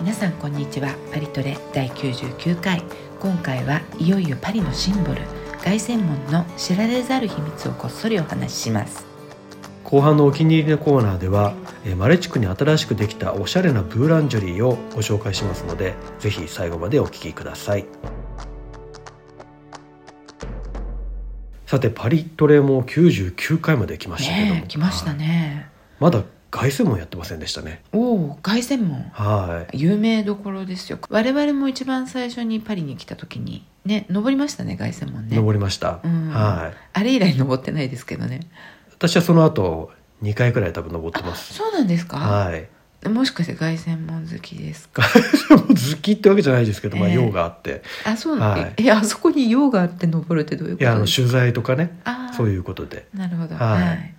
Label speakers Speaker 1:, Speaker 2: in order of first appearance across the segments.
Speaker 1: 皆さんこんにちはパリトレ第99回今回はいよいよパリのシンボル凱旋門の知られざる秘密をこっそりお話しします
Speaker 2: 後半のお気に入りのコーナーでは、えーマレ地区に新しくできたおしゃれなブーランジェリーをご紹介しますのでぜひ最後までお聞きくださいさてパリトレも99回まで来ましたけども、
Speaker 1: ねえ来ました
Speaker 2: はい
Speaker 1: ね
Speaker 2: まだ凱旋門やってませんでしたね
Speaker 1: おお凱旋門
Speaker 2: はい
Speaker 1: 有名どころですよ我々も一番最初にパリに来た時にね登りましたね凱旋門ね
Speaker 2: 登りました、
Speaker 1: うん
Speaker 2: はい
Speaker 1: あれ以来登ってないですけどね
Speaker 2: 私はその後2回くらい多分登ってます
Speaker 1: そうなんですか
Speaker 2: はい
Speaker 1: もしかして凱旋門好きですか
Speaker 2: 好きってわけじゃないですけど、まあ
Speaker 1: ええ
Speaker 2: 用があって、
Speaker 1: あそうなん
Speaker 2: はい
Speaker 1: えあそこに用があって登るってどういうこ
Speaker 2: いやあ
Speaker 1: と
Speaker 2: の
Speaker 1: ですか
Speaker 2: 取材とかね
Speaker 1: あー
Speaker 2: そういうことで
Speaker 1: なるほど
Speaker 2: はい
Speaker 1: はい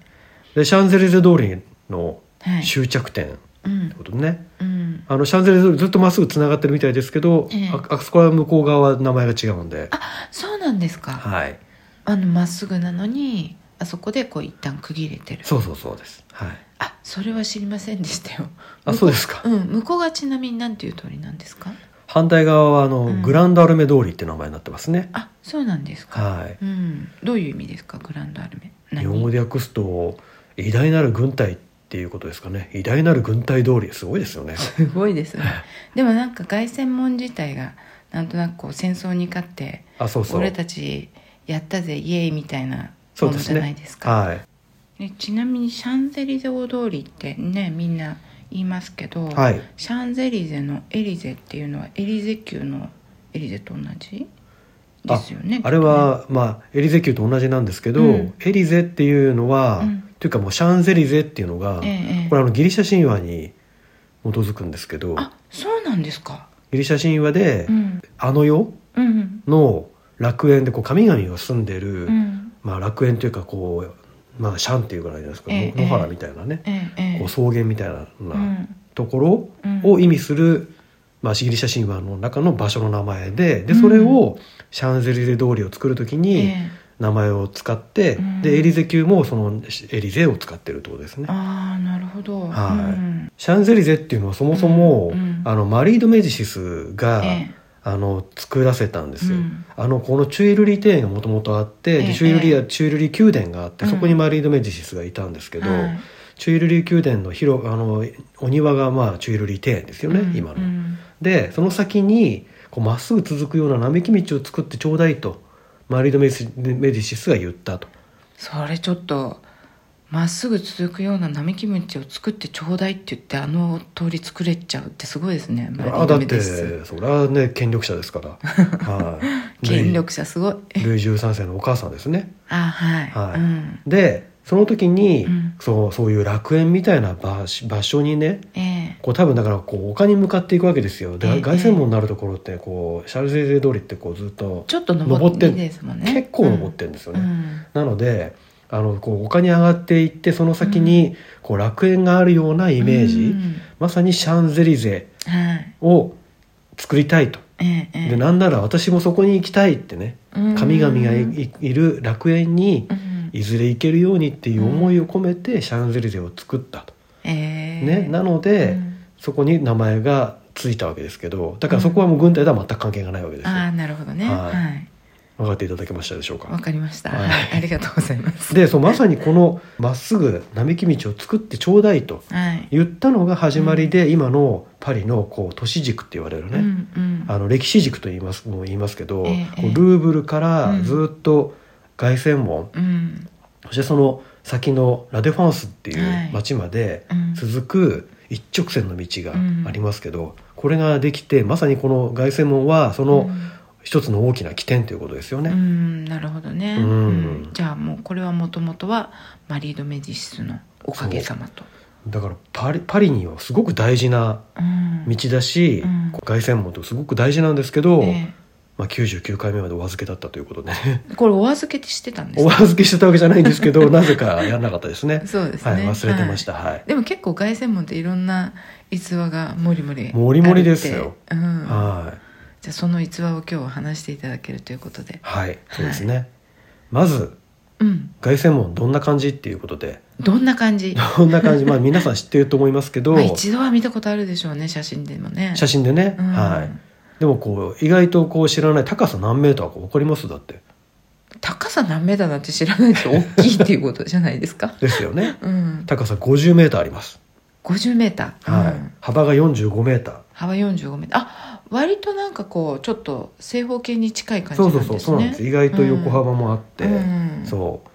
Speaker 2: でシャンゼリゼ通りの
Speaker 1: はい
Speaker 2: 終着点って
Speaker 1: うん
Speaker 2: ことね、
Speaker 1: うん
Speaker 2: あのシャンゼリゼ通りずっとまっすぐつながってるみたいですけど、
Speaker 1: ええ
Speaker 2: ああそこは向こう側は名前が違うんで
Speaker 1: そうなんですか
Speaker 2: はい
Speaker 1: あのまっすぐなのにあそこでこう一旦区切れてる
Speaker 2: そうそうそうですはい
Speaker 1: あそれは知りませんでしたよ
Speaker 2: あそうですか、
Speaker 1: うん向こうがちなみになんていう通りなんですか
Speaker 2: 反対側はあの、
Speaker 1: うん
Speaker 2: グランドアルメ通りって名前になってますね
Speaker 1: あそうなんですか
Speaker 2: はい
Speaker 1: うん、どういう意味ですかグランドアルメ
Speaker 2: 日本語で訳すと偉大なる軍隊っていうことですかね偉大なる軍隊通りすごいですよね
Speaker 1: すごいですねでもなんか凱旋門自体がなんとなくこう戦争に勝って
Speaker 2: あそうそう
Speaker 1: 俺たちやったぜイエーイみたいな
Speaker 2: そ
Speaker 1: も
Speaker 2: う
Speaker 1: の
Speaker 2: で
Speaker 1: じ
Speaker 2: す
Speaker 1: ゃ
Speaker 2: ね
Speaker 1: ないですか
Speaker 2: はい
Speaker 1: でちなみにシャンゼリゼ大通りってねみんな言いますけど、
Speaker 2: はい
Speaker 1: シャンゼリゼのエリゼっていうのはエリゼ級のエリゼと同じですよね
Speaker 2: あれは、まあ、エリゼ級と同じなんですけど、
Speaker 1: うん
Speaker 2: エリゼっていうのは、
Speaker 1: うん
Speaker 2: というかもうシャンゼリゼっていうのが、
Speaker 1: ええええ
Speaker 2: これあのギリシャ神話に基づくんですけど
Speaker 1: あそうなんですか
Speaker 2: ギリシャ神話で、
Speaker 1: うん
Speaker 2: あの世
Speaker 1: うん
Speaker 2: の楽園でこう神々が住んでる、
Speaker 1: うんうん
Speaker 2: まあ、楽園というかこう、まあ、シャンっていうぐらいじゃないですか、
Speaker 1: ええ
Speaker 2: の野原みたいなね、
Speaker 1: ええええ
Speaker 2: こう草原みたいな
Speaker 1: うん
Speaker 2: ところ
Speaker 1: うん
Speaker 2: を意味する、まあ、ギリシャ神話の中の場所の名前でで
Speaker 1: うん
Speaker 2: それをシャンゼリゼ通りを作るときに、
Speaker 1: ええ
Speaker 2: 名前を使って、
Speaker 1: うん
Speaker 2: でエリゼ級もそのエリゼを使ってるってことですね。
Speaker 1: ああなるほど
Speaker 2: はい
Speaker 1: うん
Speaker 2: シャンゼリゼっていうのはそもそも、
Speaker 1: うんうん
Speaker 2: あのマリー・ド・メディシスが、
Speaker 1: え
Speaker 2: あの作らせたんですよ。
Speaker 1: うん
Speaker 2: あのこのチュエルリー庭園がもともとあっ
Speaker 1: え
Speaker 2: て、
Speaker 1: え
Speaker 2: でチュエルリーチュエルリー宮殿があって、
Speaker 1: うん
Speaker 2: そこにマリー・ド・メディシスがいたんですけど、
Speaker 1: はい
Speaker 2: チュエルリー宮殿の広あのお庭が、まあ、チュエルリー庭園ですよね、
Speaker 1: うん
Speaker 2: 今の。
Speaker 1: うん
Speaker 2: でその先にこうまっすぐ続くような並木道を作ってちょうだいとマリー・ド・メディシメディシスが言ったと。
Speaker 1: それちょっとまっすぐ続くような並木道を作ってちょうだいって言ってあの通り作れちゃうってすごいですねマリ
Speaker 2: あ
Speaker 1: ー
Speaker 2: だ
Speaker 1: ド
Speaker 2: っ
Speaker 1: メディ
Speaker 2: て
Speaker 1: ス
Speaker 2: それはね権力者です から、はい、
Speaker 1: 権力者すごい
Speaker 2: ルイルイ13世のお母さんですね
Speaker 1: あはい、
Speaker 2: はい
Speaker 1: うん
Speaker 2: でその時に、
Speaker 1: うん
Speaker 2: そうそういう楽園みたいな場所場所にね
Speaker 1: ええ
Speaker 2: こう多分だからこう丘に向かっていくわけですよで
Speaker 1: ええ
Speaker 2: 凱旋門になるところってこうシャルゼーゼ通りってこうずっと
Speaker 1: ちょっと登っていい
Speaker 2: 登って
Speaker 1: ですもんね
Speaker 2: 結構登ってるんですよ
Speaker 1: うん
Speaker 2: ね、なのであのこう丘に上がっていってその先にこう楽園があるような
Speaker 1: うん
Speaker 2: イメージ、
Speaker 1: うん
Speaker 2: まさにシャンゼリゼ
Speaker 1: はい
Speaker 2: を作りたいと
Speaker 1: ええええ
Speaker 2: でなんなら私もそこに行きたいってね
Speaker 1: うん
Speaker 2: 神々がいいいる楽園に
Speaker 1: うん
Speaker 2: いずれ行けるようにっていう思いを込めてシャンゼリゼを作ったと、
Speaker 1: ええ
Speaker 2: ね、なので、
Speaker 1: うん
Speaker 2: そこに名前がついたわけですけどだからそこはもう軍隊とは全く関係がないわけですよ、
Speaker 1: ああなるほどね
Speaker 2: はい
Speaker 1: はい
Speaker 2: 分かっていただけましたでしょう
Speaker 1: わ
Speaker 2: か
Speaker 1: かりました、
Speaker 2: は
Speaker 1: はい、
Speaker 2: い
Speaker 1: ありがとうございます
Speaker 2: でそうまさにこのまっすぐ並木道を作ってちょうだいと
Speaker 1: はい、
Speaker 2: 言ったのが始まりで、今のパリのこう都市軸って言われるね、
Speaker 1: うんうん
Speaker 2: あの歴史軸と言いますもう言いますけど、
Speaker 1: ええ
Speaker 2: こうルーブルからずっと凱旋門、
Speaker 1: うん
Speaker 2: そしてその先のラ・デファンスってい
Speaker 1: はいう
Speaker 2: 町まで
Speaker 1: うん
Speaker 2: 続く一直線の道がありますけど、これができてまさにこの凱旋門はその一つの大きな起点ということですよ
Speaker 1: う
Speaker 2: ね。
Speaker 1: んなるほどね、
Speaker 2: うん
Speaker 1: うんじゃあもうこれはもともとはマリー・ド・メディシスのおかげさまと
Speaker 2: だからパリパリにはすごく大事な
Speaker 1: うん
Speaker 2: 道だし、
Speaker 1: うん
Speaker 2: こう凱旋門ってすごく大事なんですけど、
Speaker 1: え
Speaker 2: まあ、99回目までお預けだったということで、ね、
Speaker 1: えこれお預けってしてたんです
Speaker 2: お
Speaker 1: か
Speaker 2: 預けしてたわけじゃないんです けどなぜかやんなかったですね。
Speaker 1: そうですね、
Speaker 2: はい、忘れてました、はい
Speaker 1: でも結構凱旋門っていろんな逸話がもりもり
Speaker 2: もりもりですよ
Speaker 1: あるってうん、
Speaker 2: はい
Speaker 1: じゃあその逸話を今日は話していただけるということで
Speaker 2: はい、そうですね。まず
Speaker 1: うん
Speaker 2: 凱旋門どんな感じっていうことで
Speaker 1: どんな感 じ、
Speaker 2: どんな感じまあ皆さん知ってると思いますけど
Speaker 1: まあ、一度は見たことあるでしょうね写真でもね
Speaker 2: 写真でね、
Speaker 1: うん
Speaker 2: はいでもこう意外とこう知らない高さ何メーターか分かりますだって
Speaker 1: 高さ何メーターなんて知らないと大きいっていうことじゃないですか
Speaker 2: ですよ ね
Speaker 1: うん
Speaker 2: 高さ50メーターあります、
Speaker 1: 50メーター、
Speaker 2: はい
Speaker 1: うん
Speaker 2: 幅が45メーター
Speaker 1: 幅45メーターあ割となんかこうちょっと正方形に近い感じ
Speaker 2: そ
Speaker 1: な
Speaker 2: うん
Speaker 1: で
Speaker 2: そう
Speaker 1: す
Speaker 2: そう
Speaker 1: ね
Speaker 2: そうなんです意外と横幅もあって、
Speaker 1: うんうん
Speaker 2: そう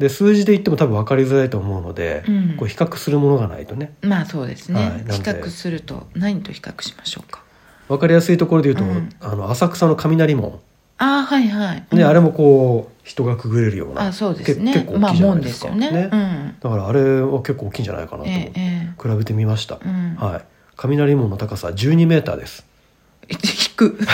Speaker 2: で数字で言っても多分分かりづらいと思うので、
Speaker 1: うん
Speaker 2: こう比較するものがないとね
Speaker 1: まあそうですね、
Speaker 2: はいなんで
Speaker 1: 比較すると何と比較しましょうか
Speaker 2: 分かりやすいところで言うと、
Speaker 1: うん
Speaker 2: あの浅草の雷門、
Speaker 1: ああはいはい、
Speaker 2: ね
Speaker 1: うん
Speaker 2: あれもこう人がくぐれるような
Speaker 1: あそうです
Speaker 2: け
Speaker 1: ね
Speaker 2: 結構
Speaker 1: まあ
Speaker 2: 大きいじゃ
Speaker 1: も
Speaker 2: なんいで
Speaker 1: ですす
Speaker 2: か
Speaker 1: よね
Speaker 2: ね
Speaker 1: うん
Speaker 2: だからあれは結構大きいんじゃないかなと思っ
Speaker 1: ええ
Speaker 2: て、
Speaker 1: え
Speaker 2: 比べてみました
Speaker 1: え、うん、
Speaker 2: はい雷門の高さ12メーターです
Speaker 1: 低い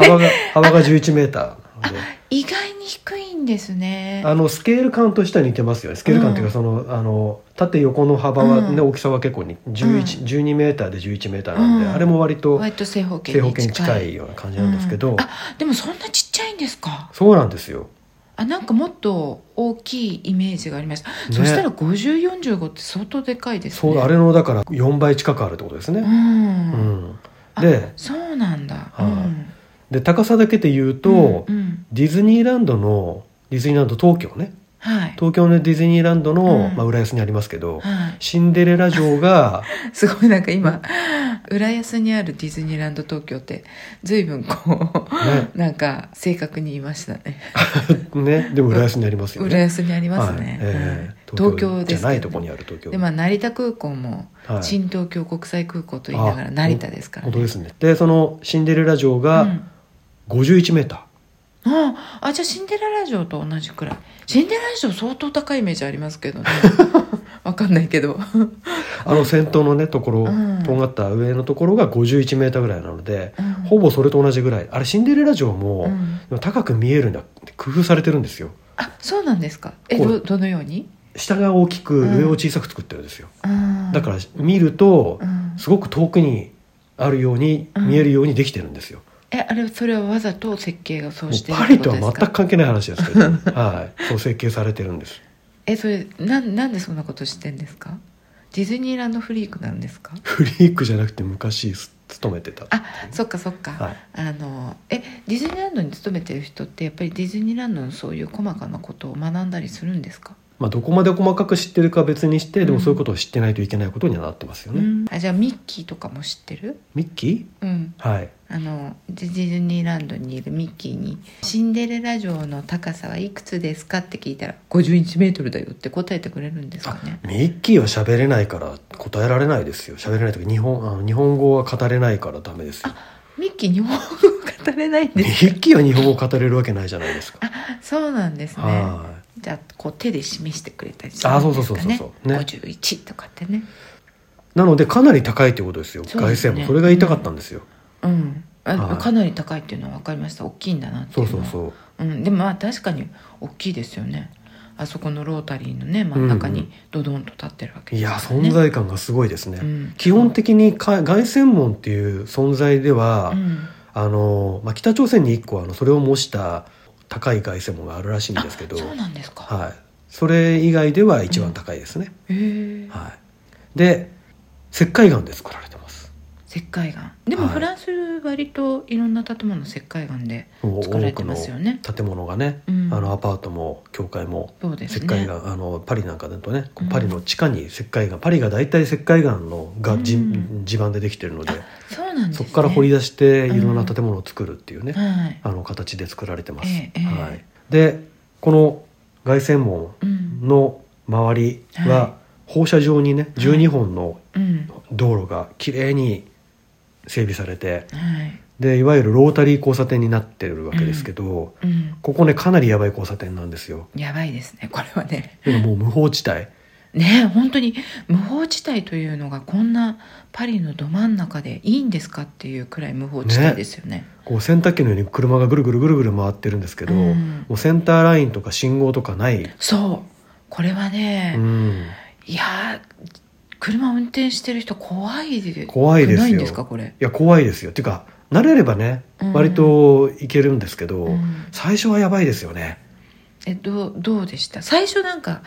Speaker 2: 幅が幅が11メーターなので
Speaker 1: 意外に低いんですね
Speaker 2: あのスケール感としては似てますよねスケール感っていうかその,、あの縦横の幅は、ね
Speaker 1: うん
Speaker 2: 大きさは結構に11、12メーターで11メーターなんで、
Speaker 1: うん
Speaker 2: あれも割と
Speaker 1: 割と正方形
Speaker 2: 正方
Speaker 1: に近
Speaker 2: 形
Speaker 1: い
Speaker 2: に近いような感じなんですけど、
Speaker 1: うんあでもそんなちっちゃいんですか
Speaker 2: そうなんですよ
Speaker 1: あなんかもっと大きいイメージがありました、
Speaker 2: ね
Speaker 1: そしたら5045って相当でかいです
Speaker 2: そう、
Speaker 1: ね
Speaker 2: あれのだから4倍近くあるってことです
Speaker 1: う
Speaker 2: ね、
Speaker 1: ん、
Speaker 2: うん
Speaker 1: あ
Speaker 2: で
Speaker 1: そうなんだ、
Speaker 2: はいで高さだけで言うと、
Speaker 1: うんうん
Speaker 2: ディズニーランドのディズニーランド東京ね
Speaker 1: はい
Speaker 2: 東京のディズニーランドの、
Speaker 1: うん
Speaker 2: まあ、浦安にありますけど、
Speaker 1: はい
Speaker 2: シンデレラ城が
Speaker 1: すごいなんか今浦安にあるディズニーランド東京って随分こ
Speaker 2: ね
Speaker 1: うなんか正確に言いましたね
Speaker 2: ねでも浦安にありますよね
Speaker 1: 浦安にありますね、
Speaker 2: はいええ
Speaker 1: うん東京
Speaker 2: じ
Speaker 1: で
Speaker 2: ゃ
Speaker 1: す
Speaker 2: ない
Speaker 1: け
Speaker 2: と
Speaker 1: ど
Speaker 2: こ
Speaker 1: ね
Speaker 2: にある東京
Speaker 1: でまあ成田空港も
Speaker 2: はい
Speaker 1: 新東京国際空港と言いながら
Speaker 2: あ
Speaker 1: 成田ですから
Speaker 2: 本当
Speaker 1: ね
Speaker 2: ですねでそのシンデレラ城
Speaker 1: う
Speaker 2: が
Speaker 1: ん
Speaker 2: 51メータ
Speaker 1: ああじゃあシンデレラ城と同じくらいシンデレラ城相当高いイメージありますけどね わかんないけど
Speaker 2: ー、あの先頭のねところ、
Speaker 1: うん
Speaker 2: とんがった上のところが51メーターぐらいなので、
Speaker 1: うん
Speaker 2: ほぼそれと同じぐらいあれシンデレラ城も、
Speaker 1: うん
Speaker 2: でも高く見えるんだって工夫されてるんですよ
Speaker 1: あそうなんですかえ
Speaker 2: こう
Speaker 1: どどのように
Speaker 2: 下が大きく
Speaker 1: うん
Speaker 2: 上を小さく作ってるんですよ、
Speaker 1: だ
Speaker 2: だから見ると
Speaker 1: うん
Speaker 2: すごく遠くにあるように
Speaker 1: うん
Speaker 2: 見えるようにできてるんですよ、
Speaker 1: えあれそれはわざと設計がそう
Speaker 2: もう
Speaker 1: してる
Speaker 2: パ
Speaker 1: って
Speaker 2: リ
Speaker 1: こと
Speaker 2: と
Speaker 1: で
Speaker 2: は
Speaker 1: す
Speaker 2: 全
Speaker 1: か
Speaker 2: く関係ない話ですけど、 はい、そう設計されてるんです
Speaker 1: えそれなんなんでそんなことしてんですかディズニーランドフリークなんですか
Speaker 2: フリークじゃなくて昔す勤めてた
Speaker 1: あそっかそっか、
Speaker 2: はい
Speaker 1: あのえディズニーランドに勤めてる人ってやっぱりディズニーランドのそういう細かなことを学んだりするんですか、
Speaker 2: まあ、どこまで細かく知ってるか別にしてでも
Speaker 1: うん
Speaker 2: そういうことを知ってないといけないことにはなってますよね、
Speaker 1: うんあじゃあミッキーとかも知ってる
Speaker 2: ミッキ
Speaker 1: うん
Speaker 2: ーはい
Speaker 1: あのディズニーランドにいるミッキーに「シンデレラ城の高さはいくつですか?」って聞いたら「51メートルだよ」って答えてくれるんですかね
Speaker 2: ミッキーは喋れないから答えられないですよ喋れないとか日本あの日本語は語れないからダメですよ
Speaker 1: ミッキー日本語語れないん
Speaker 2: ミ
Speaker 1: です
Speaker 2: ッキーは日本語を語れるわけないじゃないですか
Speaker 1: あそうなんですね
Speaker 2: はい
Speaker 1: じゃあこう手で示してくれたりす
Speaker 2: あ
Speaker 1: る
Speaker 2: そ
Speaker 1: ん
Speaker 2: うそ
Speaker 1: で
Speaker 2: う
Speaker 1: す
Speaker 2: そう
Speaker 1: か
Speaker 2: そう
Speaker 1: ね
Speaker 2: そうね
Speaker 1: 51とかってね
Speaker 2: なのでかなり高いってことですよ
Speaker 1: そうで
Speaker 2: 凱
Speaker 1: す
Speaker 2: 旋
Speaker 1: ね
Speaker 2: 門それが言いたかったんですよ、
Speaker 1: うんあ
Speaker 2: はい
Speaker 1: かなり高いっていうのは分かりました大きいんだなって
Speaker 2: そ
Speaker 1: いううの
Speaker 2: そう
Speaker 1: はう
Speaker 2: そう
Speaker 1: ん、でもまあ確かに大きいですよねあそこのロータリーのね真ん中
Speaker 2: うんう
Speaker 1: にドドンと立ってるわけ
Speaker 2: い
Speaker 1: です
Speaker 2: や
Speaker 1: からね
Speaker 2: 存在感がすごいですね、
Speaker 1: うん
Speaker 2: 基本的にか凱旋門っていう存在では、
Speaker 1: うん
Speaker 2: あのまあ、北朝鮮に1個あのそれを模した高い凱旋門があるらしいんですけど
Speaker 1: そうなんですか、
Speaker 2: はい、それ以外では一番高いですね、
Speaker 1: へえ
Speaker 2: はい、で石灰岩で作られてます
Speaker 1: 石灰岩でも
Speaker 2: はい
Speaker 1: フランス割といろんな建物石灰岩で作られてますよね
Speaker 2: 多くの建物がね、
Speaker 1: うん
Speaker 2: あのアパートも教会も
Speaker 1: そうです
Speaker 2: 石
Speaker 1: ね
Speaker 2: 灰岩、あのパリなんかだとねこう
Speaker 1: うん
Speaker 2: パリの地下に石灰岩、パリが大体石灰岩のが地,、
Speaker 1: うん
Speaker 2: 地盤でできてるので
Speaker 1: あそうなんです
Speaker 2: そ
Speaker 1: ね
Speaker 2: こから掘り
Speaker 1: 出
Speaker 2: 出していろんな建物を作るっていうね、
Speaker 1: はい、
Speaker 2: あの形で作られてます。
Speaker 1: ええええ
Speaker 2: はい、でこの凱旋門
Speaker 1: うん
Speaker 2: の周り
Speaker 1: は
Speaker 2: は放射状にね
Speaker 1: はい
Speaker 2: 12本の
Speaker 1: うん
Speaker 2: 道路がきれいに整備されて
Speaker 1: はい
Speaker 2: でいわゆるロータリー交差点になってるわけですけど、
Speaker 1: うん
Speaker 2: ここねかなりやばい交差点なんですよ。
Speaker 1: やばいですねこれはね
Speaker 2: でももう無法地帯
Speaker 1: ねえ本当に無法地帯というのがこんなパリのど真ん中でいいんですかっていうくらい無法地帯ですよね
Speaker 2: こう洗濯機のように車がぐるぐるぐるぐる回ってるんですけど、
Speaker 1: うん
Speaker 2: もうセンターラインとか信号とかない、
Speaker 1: そうこれはね
Speaker 2: う、ん、
Speaker 1: いやー車運転してる人怖いで
Speaker 2: 怖いですよ
Speaker 1: ないんですかこれ
Speaker 2: いや怖いですよっていうか慣れればね
Speaker 1: うん
Speaker 2: 割といけるんですけど、
Speaker 1: うん
Speaker 2: 最初はやばいですよね
Speaker 1: えどうどうでした最初なんか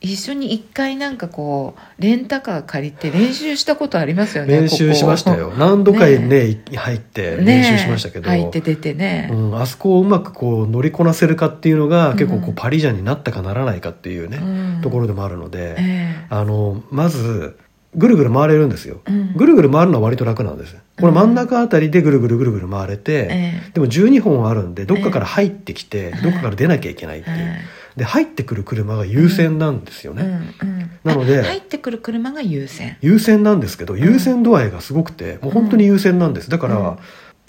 Speaker 1: 一緒に一回なんかこうレンタカー借りて練習したことありますよね
Speaker 2: 練習しましたよ何度かね入って
Speaker 1: ここね
Speaker 2: 練習しましたけど、
Speaker 1: 入って出てね、
Speaker 2: うん、あそこをうまくこう乗りこなせるかっていうのが結構こ
Speaker 1: う
Speaker 2: うんパリジャンになったかならないかっていうね、
Speaker 1: うん
Speaker 2: ところでもあるので、
Speaker 1: ええ
Speaker 2: あのまずぐるぐる回れるんですよ
Speaker 1: うん
Speaker 2: ぐるぐる回るのは割と楽なんですこの真ん中あたりでぐるぐるぐるぐる回れて、
Speaker 1: え
Speaker 2: でも12本あるんでどっかから入ってきて、
Speaker 1: ええ
Speaker 2: どっかから出なきゃいけないっ
Speaker 1: え
Speaker 2: ていう、
Speaker 1: はい
Speaker 2: で入ってくる車が優先なんですよね、
Speaker 1: うんうん
Speaker 2: なので
Speaker 1: あ入ってくる車が優先
Speaker 2: 優先なんですけど優先度合いがすごくて、もう本当に優先なんですだから、
Speaker 1: うん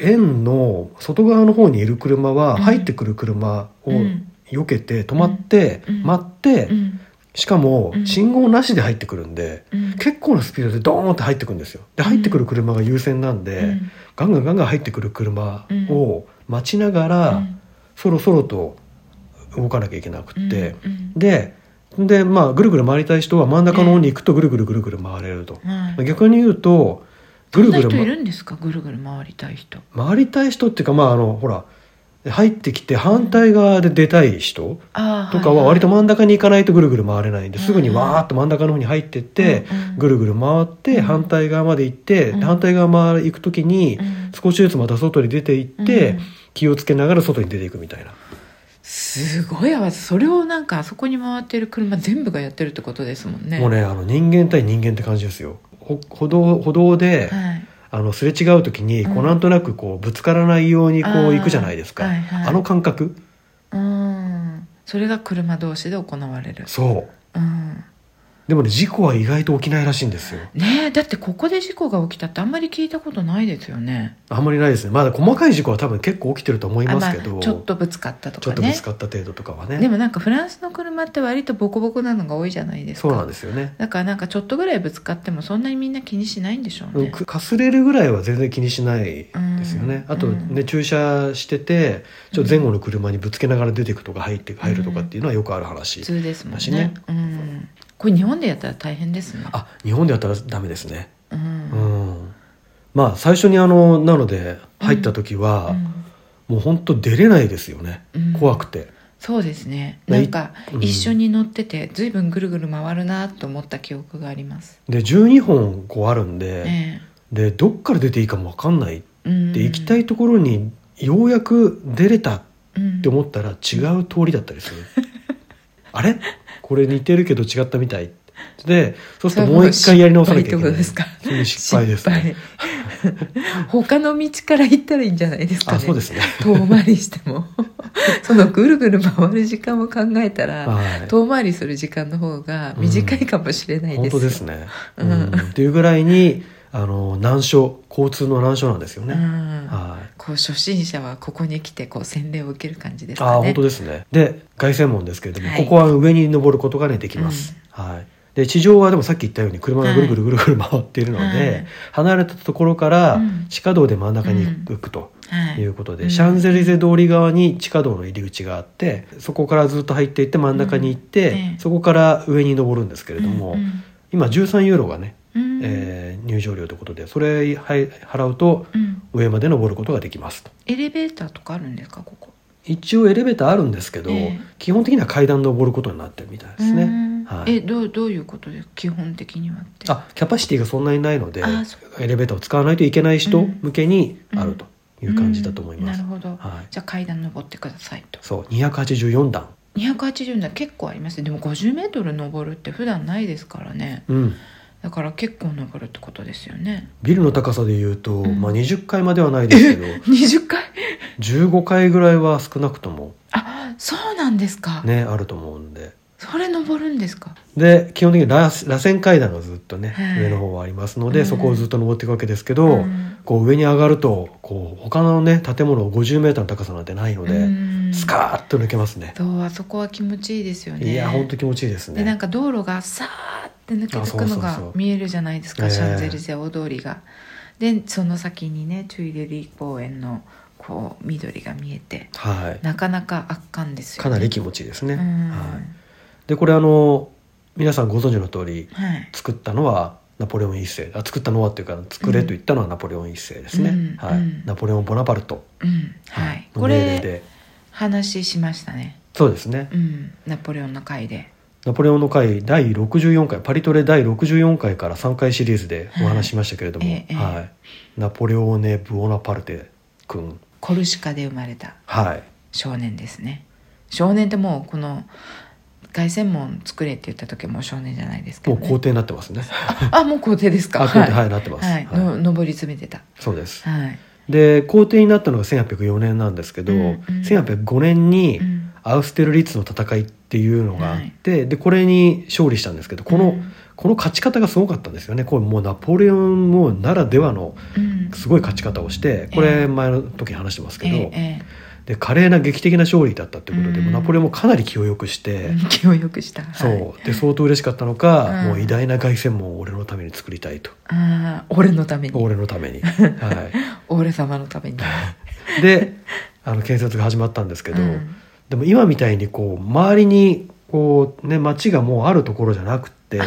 Speaker 2: 円の外側の方にいる車は
Speaker 1: うん
Speaker 2: 入ってくる車を
Speaker 1: うん
Speaker 2: 避けて止まって、
Speaker 1: うん
Speaker 2: 待って、
Speaker 1: うん
Speaker 2: しかも
Speaker 1: うん
Speaker 2: 信号なしで入ってくるんで、
Speaker 1: うん
Speaker 2: 結構なスピードでドーンって入ってくるんですよで
Speaker 1: うん
Speaker 2: 入ってくる車が優先なんで、
Speaker 1: うん
Speaker 2: ガンガンガンガン入ってくる車を待ちながら、
Speaker 1: うん
Speaker 2: そろそろと動かなきゃいけなくって、
Speaker 1: うん
Speaker 2: ででまあぐるぐる回りたい人は真ん中の方に行くとぐるぐるぐるぐる回れると、
Speaker 1: うんはい
Speaker 2: 逆に言うとぐるぐる
Speaker 1: そんな人い
Speaker 2: ま
Speaker 1: るんですかぐるぐる回りたい人
Speaker 2: 回りたい人っていうかまああのほら入ってきて反対側で出たい人
Speaker 1: あー
Speaker 2: とかは割と真ん中に行かないとぐるぐる回れないんですぐにわーっと真ん中の方に入ってって、ぐ
Speaker 1: る
Speaker 2: るぐる回っ
Speaker 1: う
Speaker 2: て
Speaker 1: ん
Speaker 2: 反対側まで行って、
Speaker 1: うん
Speaker 2: 反対側まで行く時に少しずつまた外に出て行って、気をつけながら外に出ていくみたいな
Speaker 1: すごい合わせそれをなんかあそこに回ってる車全部がやってるってことですもんね
Speaker 2: もうねあの人間対人間って感じですよほ歩道歩道で、
Speaker 1: はい
Speaker 2: あのすれ違う時に
Speaker 1: う
Speaker 2: こうんなんとなくこうぶつからないようにこ
Speaker 1: あ
Speaker 2: う
Speaker 1: ー
Speaker 2: 行くじゃないですか、
Speaker 1: はいはい
Speaker 2: あの感覚
Speaker 1: うんそれが車同士で行われる
Speaker 2: そう
Speaker 1: うん
Speaker 2: でもね事故は意外と起きないらしいんですよ
Speaker 1: ねえだってここで事故が起きたってあんまり聞いたことないですよね
Speaker 2: あんまりないですねまだ細かい事故は多分結構起きてると思い
Speaker 1: あ
Speaker 2: ますけど、
Speaker 1: まあ、ちょっとぶつかったと
Speaker 2: ちょ
Speaker 1: か
Speaker 2: っ
Speaker 1: ね
Speaker 2: とぶつかった程度とかはね
Speaker 1: でもなんかフランスの車って割とボコボコなのが多いじゃないですか
Speaker 2: そうなんですよね
Speaker 1: だからなんかちょっとぐらいぶつかってもそんなにみんな気にしないんでしょう
Speaker 2: うん
Speaker 1: ね
Speaker 2: くかすれるぐらいは全然気にしないですよね、
Speaker 1: うん
Speaker 2: あとね、駐車しててちょっと前後の車にぶつけながら出ていくとか入って入るとかっていうのはよくある話、
Speaker 1: 普通ですもん
Speaker 2: だ
Speaker 1: ね
Speaker 2: しね
Speaker 1: うん、これ日本でやったら大変ですね
Speaker 2: あ日本でやったらダメですね
Speaker 1: うん
Speaker 2: うんまあ最初にあのなので入った時は、
Speaker 1: うん
Speaker 2: もう本当出れないですよね、
Speaker 1: うん
Speaker 2: 怖くて
Speaker 1: そうですね
Speaker 2: まあ
Speaker 1: ないんか
Speaker 2: うん
Speaker 1: 一緒に乗ってて随分ぐるぐる回るなと思った記憶があります
Speaker 2: で12本こうあるんで、
Speaker 1: え
Speaker 2: でどっから出ていいかも分かんない
Speaker 1: えうん
Speaker 2: で行きたいところにようやく出れたっ
Speaker 1: うん
Speaker 2: て思ったら違う通りだったりする、あれこれ似てるけど違ったみたいでそうするともう一回やり直さなきゃいけない
Speaker 1: それはもう失敗ってことですか
Speaker 2: そういう失敗ですね
Speaker 1: 失敗他の道から行ったらいいんじゃないですかね
Speaker 2: あそうですね
Speaker 1: 遠回りして もそのぐるぐる回る時間を考えたら、
Speaker 2: はい
Speaker 1: 遠回りする時間の方が短いかもしれないです、
Speaker 2: 本当ですね、う
Speaker 1: うんん
Speaker 2: っていうぐらいにあの難所交通の難所なんですよ
Speaker 1: う
Speaker 2: ね、
Speaker 1: ん、
Speaker 2: はい
Speaker 1: こう初心者はここに来てこう洗礼を受ける感じですかね
Speaker 2: ああ本当ですねで凱旋門ですけれども、
Speaker 1: はい
Speaker 2: ここは上に登ることがねできます、はいで地上はでもさっき言ったように車がぐるぐるぐるぐる回っているので、
Speaker 1: はい
Speaker 2: 離れたところから
Speaker 1: うん
Speaker 2: 地下道で真ん中に行くと
Speaker 1: はい
Speaker 2: いうことで、
Speaker 1: うん
Speaker 2: シャンゼリゼ通り側に地下道の入り口があってそこからずっと入っていって真ん中に行って、
Speaker 1: うんええ
Speaker 2: そこから上に登るんですけれども、
Speaker 1: うん
Speaker 2: 今13ユーロがね、
Speaker 1: うん
Speaker 2: えー入場料ということでそれはい払うと
Speaker 1: うん
Speaker 2: 上まで登ることができますと。
Speaker 1: エレベーターとかあるんですかここ
Speaker 2: 一応エレベーターあるんですけど、
Speaker 1: ええ
Speaker 2: 基本的には階段登ることになってるみたいです
Speaker 1: う
Speaker 2: ね
Speaker 1: ん。
Speaker 2: はい、
Speaker 1: えどうどういうことです基本的にはって
Speaker 2: あキャパシティがそんなにないので
Speaker 1: あそう
Speaker 2: エレベーターを使わないといけない人向けにあるという感じだと思います。
Speaker 1: うんなるほど、
Speaker 2: はい
Speaker 1: じゃあ階段登ってくださいと
Speaker 2: そう284段、
Speaker 1: 280段結構ありますねでも50メートル登るって普段ないですからね
Speaker 2: うん、
Speaker 1: だから結構登るってことですよね
Speaker 2: ビルの高さでいうと、
Speaker 1: ん
Speaker 2: まあ、20階まではないですけど
Speaker 1: 20回
Speaker 2: 15階ぐらいは少なくとも
Speaker 1: あそうなんですか、
Speaker 2: ねあると思うんで。
Speaker 1: それ登るんですか
Speaker 2: で基本的にら螺旋階段がずっとね、
Speaker 1: はい
Speaker 2: 上の方はありますので、
Speaker 1: うん
Speaker 2: そこをずっと登っていくわけですけど、
Speaker 1: うん
Speaker 2: こう上に上がるとこう他のね建物50メーターの高さなんてないので、
Speaker 1: うん
Speaker 2: スカーッと抜けますね、
Speaker 1: そうあそこは気持ちいいですよね
Speaker 2: いや本当気持ちいいです
Speaker 1: でなん
Speaker 2: ね
Speaker 1: か道路がさーって抜けてく
Speaker 2: あそ
Speaker 1: の
Speaker 2: うそう
Speaker 1: が
Speaker 2: そう
Speaker 1: 見えるじゃないですか
Speaker 2: ええ
Speaker 1: シャンゼリゼ大通りが、でその先にねチュイレリー公園のこう緑が見えて
Speaker 2: はい
Speaker 1: なかなか圧巻ですよ、
Speaker 2: かなり気持ちいいですね、
Speaker 1: うん
Speaker 2: はい、でこれあの皆さんご存知の通り
Speaker 1: はい
Speaker 2: 作ったのはナポレオン一世あ作ったのはっていうか作れと言ったのはナポレオン一世ですね、
Speaker 1: うん
Speaker 2: はい
Speaker 1: うん
Speaker 2: ナポレオン・ボナパルト、
Speaker 1: うんはい、
Speaker 2: の
Speaker 1: こ
Speaker 2: 命令
Speaker 1: れ
Speaker 2: で
Speaker 1: 話しましたね
Speaker 2: そうですね
Speaker 1: うん、ナポレオンの回で
Speaker 2: ナポレオンの会第64回パリトレ第64回から3回シリーズでお話ししましたけれども、
Speaker 1: は
Speaker 2: はいい
Speaker 1: ええ
Speaker 2: ナポレオーネ・ブオナパルテ君
Speaker 1: コルシカで生まれた
Speaker 2: はい
Speaker 1: 少年ですね少年ってもうこの凱旋門作れって言った時はもう少年じゃないですけ
Speaker 2: も
Speaker 1: ど、
Speaker 2: う
Speaker 1: ね、
Speaker 2: 皇帝になってますね
Speaker 1: あもう皇帝ですか
Speaker 2: あ皇帝
Speaker 1: は、
Speaker 2: はいいなってます、
Speaker 1: はい
Speaker 2: はい
Speaker 1: の上り詰めてた
Speaker 2: そうです
Speaker 1: はい、
Speaker 2: で皇帝になったのが1804年なんですけど、
Speaker 1: うんうん
Speaker 2: 1805年に
Speaker 1: うん
Speaker 2: アウステルリッツの戦いっていうのがあって、でこれに勝利したんですけどこの、
Speaker 1: うん
Speaker 2: この勝ち方がすごかったんですよねこれもうナポレオンもならではの
Speaker 1: うん、
Speaker 2: すごい勝ち方をしてこ
Speaker 1: ええ
Speaker 2: れ前の時に話してますけど、
Speaker 1: ええ
Speaker 2: で華麗な劇的な勝利だったってことで、
Speaker 1: うん
Speaker 2: もうナポレオンもかなり気を良くして、
Speaker 1: ええ気をよくしたはい
Speaker 2: そうで相当嬉しかったのか、
Speaker 1: うん
Speaker 2: もう偉大な凱旋門を俺のために作りたいと
Speaker 1: あー俺のために
Speaker 2: 俺の ために。はい
Speaker 1: 俺様のために
Speaker 2: であの建設が始まったん ですけど、
Speaker 1: うん
Speaker 2: でも今みたいにこう周りにこうね街がもうあるところじゃなくて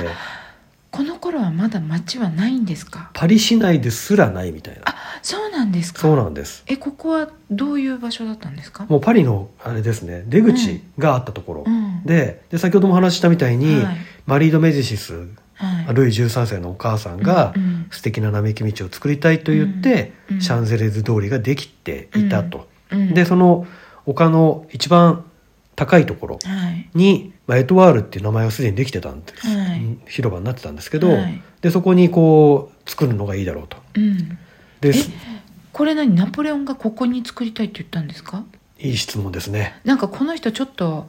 Speaker 1: この頃はまだ町はないんですか
Speaker 2: パリ市内ですらないみたいな
Speaker 1: あそうなんですか
Speaker 2: そうなんです
Speaker 1: えここはどういう場所だったんですか
Speaker 2: もうパリのあれですね出口があったところ、
Speaker 1: うん
Speaker 2: でで先ほども話したみたいに、
Speaker 1: はい
Speaker 2: マリード・メジシス
Speaker 1: はい
Speaker 2: ルイ13世のお母さんが
Speaker 1: うんうん
Speaker 2: 素敵な並木道を作りたいと言って、
Speaker 1: うんうん
Speaker 2: シャンゼリゼ通りができていたと、
Speaker 1: うん
Speaker 2: でその丘の一番高いところ、
Speaker 1: はい
Speaker 2: に、まあ、エトワールっていう名前はすでにできてたんです、
Speaker 1: はい
Speaker 2: 広場になってたんですけど、
Speaker 1: はい
Speaker 2: でそこにこう作るのがいいだろうと
Speaker 1: うん
Speaker 2: で
Speaker 1: これ何ナポレオンがここに作りたいって言ったんですか
Speaker 2: いい質問ですね、
Speaker 1: なんかこの人ちょっと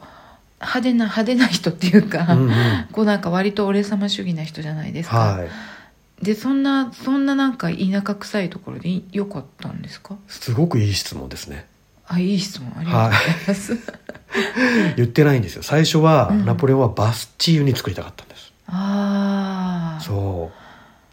Speaker 1: 派手な派手な人っていうか、
Speaker 2: うんうん
Speaker 1: こうなんか割と俺様主義な人じゃないですか、
Speaker 2: はい
Speaker 1: でそんなそんななんか田舎臭いところでいよかったんですか
Speaker 2: すごくいい質問ですね
Speaker 1: あいい質問ありがとうございます、
Speaker 2: 言ってないんですよ最初は、
Speaker 1: うん
Speaker 2: ナポレオンはバスチーユに作りたかったんです
Speaker 1: ああ
Speaker 2: そ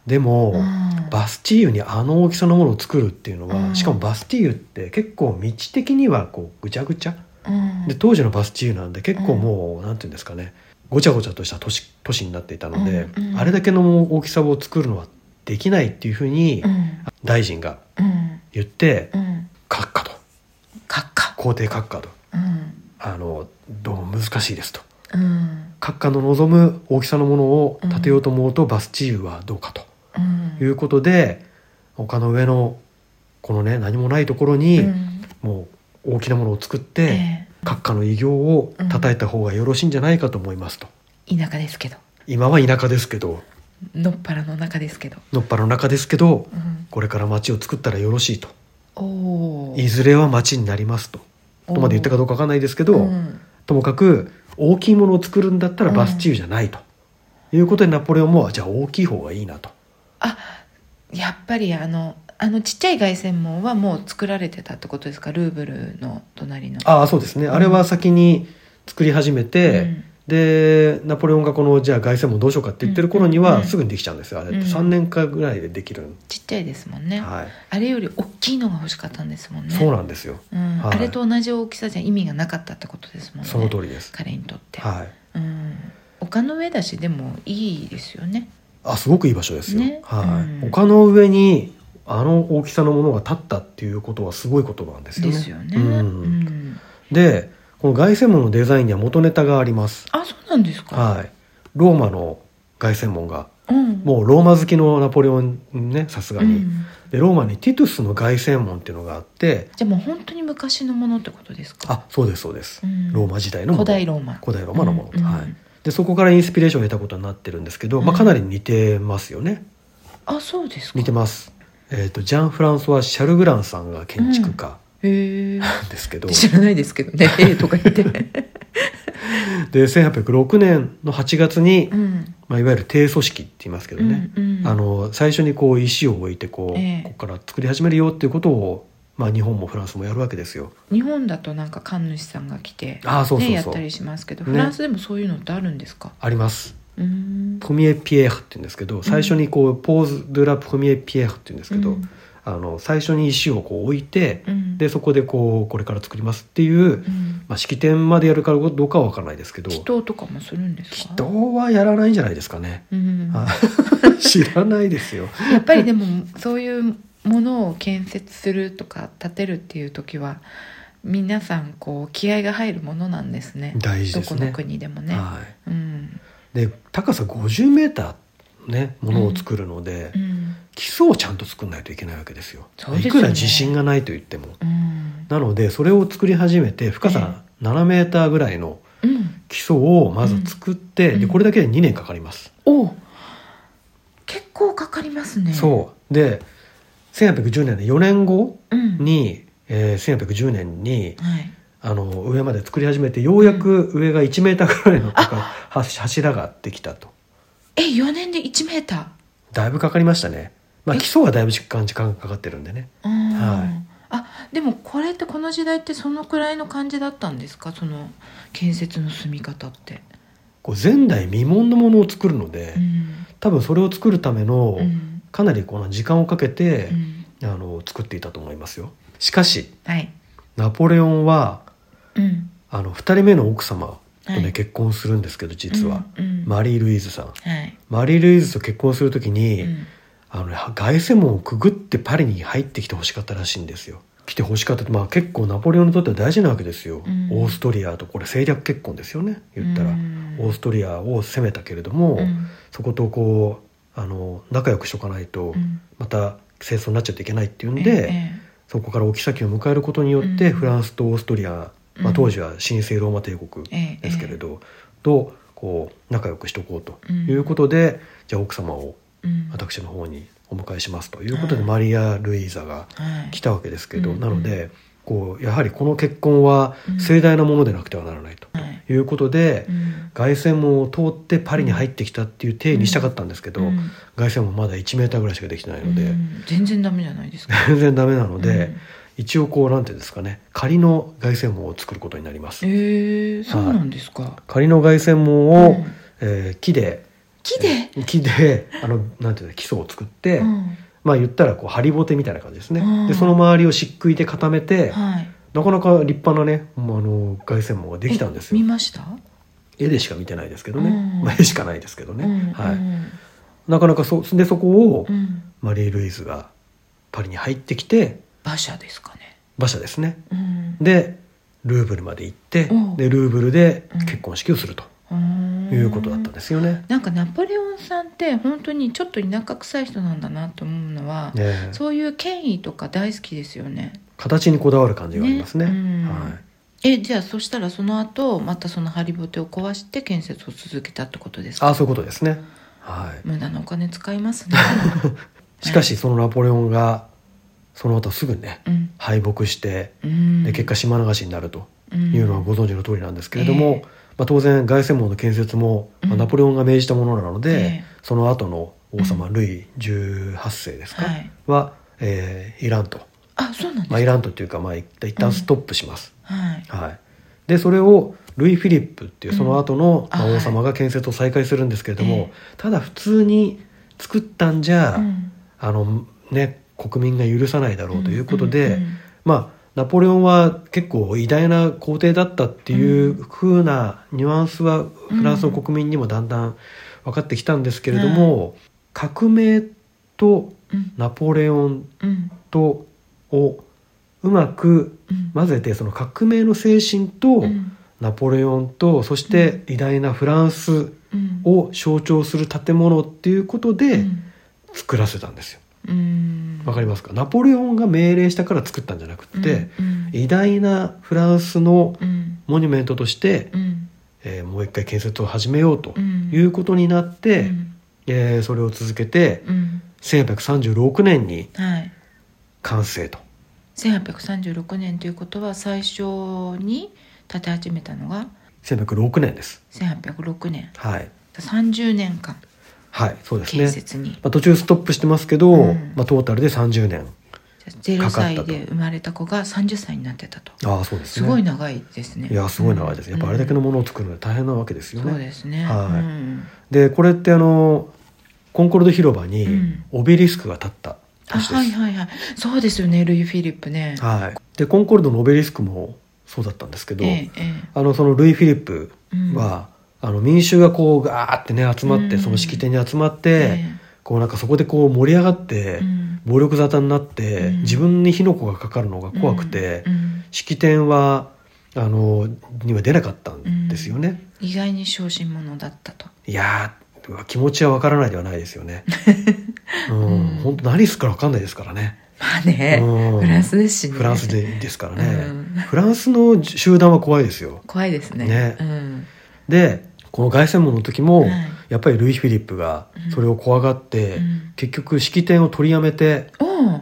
Speaker 2: うでも、
Speaker 1: うん
Speaker 2: バスチーユにあの大きさのものを作るっていうのは、
Speaker 1: うん
Speaker 2: しかもバスチーユって結構道的にはこうぐちゃぐちゃ
Speaker 1: うん
Speaker 2: で当時のバスチーユなんで結構もう、なんていうんですかねごちゃごちゃとした都市都市になっていたので、
Speaker 1: うんうん
Speaker 2: あれだけの大きさを作るのはできないっていうふうに
Speaker 1: うん
Speaker 2: 大臣が
Speaker 1: うん
Speaker 2: 言って
Speaker 1: うん
Speaker 2: 閣下と
Speaker 1: 閣下
Speaker 2: 皇帝閣下と
Speaker 1: うん
Speaker 2: あのどうも難しいですと
Speaker 1: うん
Speaker 2: 閣下の望む大きさのものを建てようと思うと、バスチーユはどうかと
Speaker 1: うん
Speaker 2: いうことで丘の上のこのね何もないところに、
Speaker 1: うん
Speaker 2: もう大きなものを作っ
Speaker 1: え
Speaker 2: て、
Speaker 1: え
Speaker 2: 閣下の偉業を称えた方がよろしいんじゃないかと思いますと。
Speaker 1: 田舎ですけど
Speaker 2: 今は田舎ですけど
Speaker 1: のっぱらの中ですけど、
Speaker 2: のっぱらの中ですけど
Speaker 1: うん、
Speaker 2: これから町を作ったらよろしいと
Speaker 1: おお
Speaker 2: いずれは町になりますととまで言ったかどうかわかんないですけど、
Speaker 1: うん
Speaker 2: ともかく大きいものを作るんだったらバスチーユじゃないと、いうことでナポレオンもじゃあ大きい方がいいなと
Speaker 1: あやっぱりあのあのちっちゃい凱旋門はもう作られてたってことですかルーブルの隣の
Speaker 2: ああそうですねあれは先に作り始めて、
Speaker 1: うん
Speaker 2: でナポレオンがこのじゃあ凱旋門どうしようかって言ってる頃に
Speaker 1: うんうん
Speaker 2: は
Speaker 1: うん
Speaker 2: すぐにできちゃうんですよあれって
Speaker 1: うん
Speaker 2: 3年間ぐらいでできるん、
Speaker 1: ちっちゃいですもんね、
Speaker 2: はい、
Speaker 1: あれより大きいのが欲しかったんですもんね
Speaker 2: そうなんですよ
Speaker 1: うん
Speaker 2: はい
Speaker 1: あれと同じ大きさじゃ意味がなかったってことですもんね
Speaker 2: その通りです、
Speaker 1: 彼にとって、
Speaker 2: はい
Speaker 1: うん丘の上だしでもいいですよね
Speaker 2: あすごくいい場所ですよ、
Speaker 1: ね
Speaker 2: はい
Speaker 1: うん
Speaker 2: 丘の上にあの大きさのものが立ったっていうことはすごいことなんですよね
Speaker 1: ですよね、
Speaker 2: うん
Speaker 1: うん
Speaker 2: でこの凱旋門のデザインには元ネタがあります
Speaker 1: あそうなんですか、
Speaker 2: はいローマの凱旋門が
Speaker 1: うん
Speaker 2: もうローマ好きのナポレオンねさすがに、
Speaker 1: うん
Speaker 2: でローマにティトゥスの凱旋門っていうのがあって
Speaker 1: じゃあもう本当に昔のものってことですか
Speaker 2: あそうですそうです、
Speaker 1: うん
Speaker 2: ローマ時代のもの
Speaker 1: 古代ローマ
Speaker 2: 古代ローマのもの、
Speaker 1: うん
Speaker 2: はいでそこからインスピレーションを得たことになってるんですけど、ま
Speaker 1: う
Speaker 2: あ、
Speaker 1: ん
Speaker 2: かなり似てますよね、
Speaker 1: あそうですか
Speaker 2: 似てます、えー、とジャン・フランソワ・シャルグランさんが建築家
Speaker 1: へえ
Speaker 2: なんですけど、
Speaker 1: 知らないですけど ねええとか言って
Speaker 2: で1806年の8月に、
Speaker 1: うん
Speaker 2: まあ、いわゆる低組織って言いますけどね、
Speaker 1: うんうん
Speaker 2: あの最初にこう石を置いてこう、
Speaker 1: ええ
Speaker 2: ここから作り始めるよっていうことを、まあ、日本もフランスもやるわけですよ。
Speaker 1: 日本だとなんか神主さんが来て
Speaker 2: あーそうそうそう
Speaker 1: ね、やったりしますけど、
Speaker 2: ね
Speaker 1: フランスでもそういうのってあるんですか
Speaker 2: あります。
Speaker 1: うーん
Speaker 2: プミエ・ピエールって言うんですけど最初にこう、ポーズ・ドゥ・ラ・プミエ・ピエールって言うんですけど、
Speaker 1: うん
Speaker 2: あの最初に石をこう置いて、
Speaker 1: うん
Speaker 2: でそこでこうこれから作りますっていう、
Speaker 1: うん
Speaker 2: まあ、式典までやるかどうかは分からないですけど
Speaker 1: 祈祷とかもするんですか
Speaker 2: 人はやらないんじゃないですかね。
Speaker 1: うん、
Speaker 2: あ 知らないですよ。
Speaker 1: やっぱりでもそういうものを建設するとか建てるっていう時は皆さんこう気合が入るものなんですね
Speaker 2: 大事
Speaker 1: ど
Speaker 2: です
Speaker 1: この
Speaker 2: ね
Speaker 1: 国でもね、
Speaker 2: はい
Speaker 1: うん
Speaker 2: で高さ 50m ねものを作るので、
Speaker 1: うん
Speaker 2: 基礎をちゃんと作んないといけないわけですよ
Speaker 1: そうです
Speaker 2: い
Speaker 1: よね
Speaker 2: くら自信がないと言っても
Speaker 1: うん
Speaker 2: なのでそれを作り始めて深さ7メーターぐらいの
Speaker 1: うん
Speaker 2: 基礎をまず作って、
Speaker 1: うん
Speaker 2: でこれだけで2年かかります、
Speaker 1: お結構かかりますね
Speaker 2: そうで1810年で4年後
Speaker 1: う、うん、
Speaker 2: に、えー1810年に
Speaker 1: はい、
Speaker 2: あの上まで作り始めてようやく上が1メーターぐらいの高は柱ができたと
Speaker 1: え4年で1メータ
Speaker 2: だいぶかかりましたね、まあ、
Speaker 1: え
Speaker 2: 基礎はだいぶ時間時間がかかってるんでね
Speaker 1: ーうん、
Speaker 2: はい
Speaker 1: あでもこれってこの時代ってそのくらいの感じだったんですかその建設の進み方って、
Speaker 2: こう前代未聞のものを作るので、
Speaker 1: うん
Speaker 2: 多分それを作るための
Speaker 1: うん
Speaker 2: かなりこの時間をかけて
Speaker 1: う、ん、
Speaker 2: あの作っていたと思いますよしかし
Speaker 1: はい、
Speaker 2: ナポレオンは
Speaker 1: うん、
Speaker 2: あの2人目の奥様とね、
Speaker 1: はい
Speaker 2: 結婚するんですけど実は、
Speaker 1: うんうん
Speaker 2: マリー・ルイーズさん
Speaker 1: はい、
Speaker 2: マリー・ルイーズと結婚するときに、
Speaker 1: うん
Speaker 2: あのね凱旋門をくぐってパリに入ってきてほしかったらしいんですよ来てほしかったって、まあ、結構ナポレオンにとっては大事なわけですよ、
Speaker 1: うん
Speaker 2: オーストリアとこれ政略結婚ですよね言ったら、
Speaker 1: うん
Speaker 2: オーストリアを攻めたけれども、
Speaker 1: うん
Speaker 2: そことこうあの仲良くしとかないと、
Speaker 1: うん
Speaker 2: また戦争になっちゃっていけないっていうん
Speaker 1: え
Speaker 2: で、
Speaker 1: え
Speaker 2: そこからき先を迎えることによって、
Speaker 1: うん
Speaker 2: フランスとオーストリア、
Speaker 1: う
Speaker 2: まあ、
Speaker 1: ん
Speaker 2: 当時は神聖ローマ帝国
Speaker 1: ええ
Speaker 2: ですけれど、とこう仲良くしとこうと
Speaker 1: うん
Speaker 2: いうことで、じゃあ奥様を
Speaker 1: ええうん
Speaker 2: 私の方にお迎えしますということで、
Speaker 1: うん
Speaker 2: マリア・ルイーザが
Speaker 1: はい
Speaker 2: 来たわけですけど、
Speaker 1: うん
Speaker 2: なのでこうやはりこの結婚は
Speaker 1: うん
Speaker 2: 盛大なものでなくてはならないと,、
Speaker 1: はい
Speaker 2: いうことで、
Speaker 1: うん
Speaker 2: 凱旋門を通ってパリに入ってきたっていう体にしたかったんですけど、
Speaker 1: うん
Speaker 2: 凱旋門まだ1メーターぐらいしかできてないので、
Speaker 1: うん全然ダメじゃないですか
Speaker 2: 全然ダメなので、
Speaker 1: うん
Speaker 2: 一応こうなんていうんですかね仮の凱旋門を作ることになります
Speaker 1: ええそうなんですか、
Speaker 2: 仮の凱旋門を、
Speaker 1: うん
Speaker 2: えー木で
Speaker 1: 木で、
Speaker 2: えー木であのなんていうの基礎を作って、
Speaker 1: うん
Speaker 2: まあ言ったらこうハリボテみたいな感じですね、
Speaker 1: うん
Speaker 2: でその周りを漆喰で固めて、
Speaker 1: はい
Speaker 2: なかなか立派なね、まあ、あの凱旋門ができたんです
Speaker 1: え見
Speaker 2: よ
Speaker 1: ました、
Speaker 2: 絵でしか見てないですけどね、
Speaker 1: うん
Speaker 2: まあ、絵しかないですけどね、
Speaker 1: うん
Speaker 2: は
Speaker 1: う
Speaker 2: い、
Speaker 1: ん
Speaker 2: なかなかそでそこを
Speaker 1: うん、
Speaker 2: マリー・ルイーズがパリに入ってきて
Speaker 1: 馬車ですかね、
Speaker 2: 馬車ですね
Speaker 1: うん、
Speaker 2: でルーブルまで行って
Speaker 1: うん
Speaker 2: でルーブルで結婚式をすると
Speaker 1: い
Speaker 2: いうことだったんですよね。
Speaker 1: なんかナポレオンさんって本当にちょっと田舎臭い人なんだなと思うのは、
Speaker 2: ねえ
Speaker 1: そういう権威とか大好きですよね
Speaker 2: 形にこだわる感じがありますね。
Speaker 1: ねうん
Speaker 2: はい
Speaker 1: えじゃあそしたらその後またそのハリボテを壊して建設を続けたってことですか
Speaker 2: あそういうことですね。はい
Speaker 1: 無駄なお金使います ね、
Speaker 2: しかしそのナポレオンがその後すぐね
Speaker 1: うん
Speaker 2: 敗北して
Speaker 1: うん、
Speaker 2: で結果島流しになると
Speaker 1: うん
Speaker 2: いうのはご存知の通りなんですけれども、
Speaker 1: ええ
Speaker 2: まあ、当然凱旋門の建設も、まあ
Speaker 1: うん
Speaker 2: ナポレオンが命じたものなので、
Speaker 1: ええ
Speaker 2: その後の王様
Speaker 1: う
Speaker 2: ルイ18世ですか、
Speaker 1: はい
Speaker 2: は、えーイランと
Speaker 1: あそうなんです
Speaker 2: ま
Speaker 1: か、
Speaker 2: あ、イランとっていうか、まあ、一旦一旦ストップします、
Speaker 1: はい
Speaker 2: はい、でそれをルイ・フィリップっていう
Speaker 1: うん
Speaker 2: その後の、
Speaker 1: あ
Speaker 2: まあ
Speaker 1: はい
Speaker 2: 王様が建設を再開するんですけれども、
Speaker 1: ええ
Speaker 2: ただ普通に作ったんじゃ、
Speaker 1: うん
Speaker 2: あのね国民が許さないだろうということで、
Speaker 1: うんうんうん
Speaker 2: まあナポレオンは結構偉大な皇帝だったっていう風なニュアンスはフランスの国民にもだんだん分かってきたんですけれども、革命と
Speaker 1: うん
Speaker 2: ナポレオン
Speaker 1: うん
Speaker 2: とをうまく
Speaker 1: うん
Speaker 2: 混ぜてその革命の精神と
Speaker 1: うん
Speaker 2: ナポレオンとそして偉大なフランス
Speaker 1: うん
Speaker 2: を象徴する建物っていうことで
Speaker 1: うん
Speaker 2: 作らせたんですよ。
Speaker 1: うん
Speaker 2: わかりますかナポレオンが命令したから作ったんじゃなくって、
Speaker 1: うん
Speaker 2: 偉大なフランスの
Speaker 1: うん
Speaker 2: モニュメントとして、
Speaker 1: うん
Speaker 2: えーもう一回建設を始めようと
Speaker 1: うん
Speaker 2: いうことになっ
Speaker 1: う
Speaker 2: て、
Speaker 1: ん
Speaker 2: えーそれを続けて
Speaker 1: うん
Speaker 2: 1836年に
Speaker 1: はい
Speaker 2: 完成と。
Speaker 1: 1836年ということは最初に建て始めたのが
Speaker 2: 1806年です。
Speaker 1: 1806年
Speaker 2: はい。
Speaker 1: 30年間
Speaker 2: はい、そうですね。
Speaker 1: 建設に、
Speaker 2: まあ、途中ストップしてますけど、
Speaker 1: うん
Speaker 2: まあ、トータルで30年
Speaker 1: じゃあ0
Speaker 2: かかったと
Speaker 1: 歳で生まれた子が30歳になってたと
Speaker 2: ああそうですすね
Speaker 1: ごい長いですね
Speaker 2: いやすごい長いですやっぱあれだけのものを作るのは大変なわけですよ
Speaker 1: うんそう
Speaker 2: ね、
Speaker 1: ですね
Speaker 2: はい
Speaker 1: うん
Speaker 2: でこれってあのコンコルド広場に
Speaker 1: うん
Speaker 2: オベリスクが立った
Speaker 1: あ
Speaker 2: 年です、
Speaker 1: はいはいはいそうですよねルイ・フィリップね
Speaker 2: はいでコンコルドのオベリスクもそうだったんですけど、
Speaker 1: えええ
Speaker 2: あのそのルイ・フィリップ
Speaker 1: えうん
Speaker 2: は、あの民衆がこうガーってね集まって、
Speaker 1: うん
Speaker 2: その式典に集まって、
Speaker 1: え
Speaker 2: こうなんかそこでこう盛り上がっ
Speaker 1: え
Speaker 2: て、
Speaker 1: うん
Speaker 2: 暴力沙汰になって、
Speaker 1: うん
Speaker 2: 自分に火の粉がかかるのが怖くて、
Speaker 1: うん
Speaker 2: 式典はあのには出なかったんですよね。
Speaker 1: 意外に小心者だったと
Speaker 2: いやー気持ちはわからないではないです よね。う
Speaker 1: うん
Speaker 2: ん、本当何すっからわかんないですからね。
Speaker 1: まあね、
Speaker 2: うん
Speaker 1: フランスですしね
Speaker 2: フランスでですからね、
Speaker 1: うん
Speaker 2: フランスの集団は怖いですよ。
Speaker 1: 怖いですね
Speaker 2: ね
Speaker 1: うん
Speaker 2: でこの凱旋門の時も、
Speaker 1: はい
Speaker 2: やっぱりルイ・フィリップが
Speaker 1: うん
Speaker 2: それを怖がって、
Speaker 1: うん
Speaker 2: 結局式典を取りやめて
Speaker 1: おう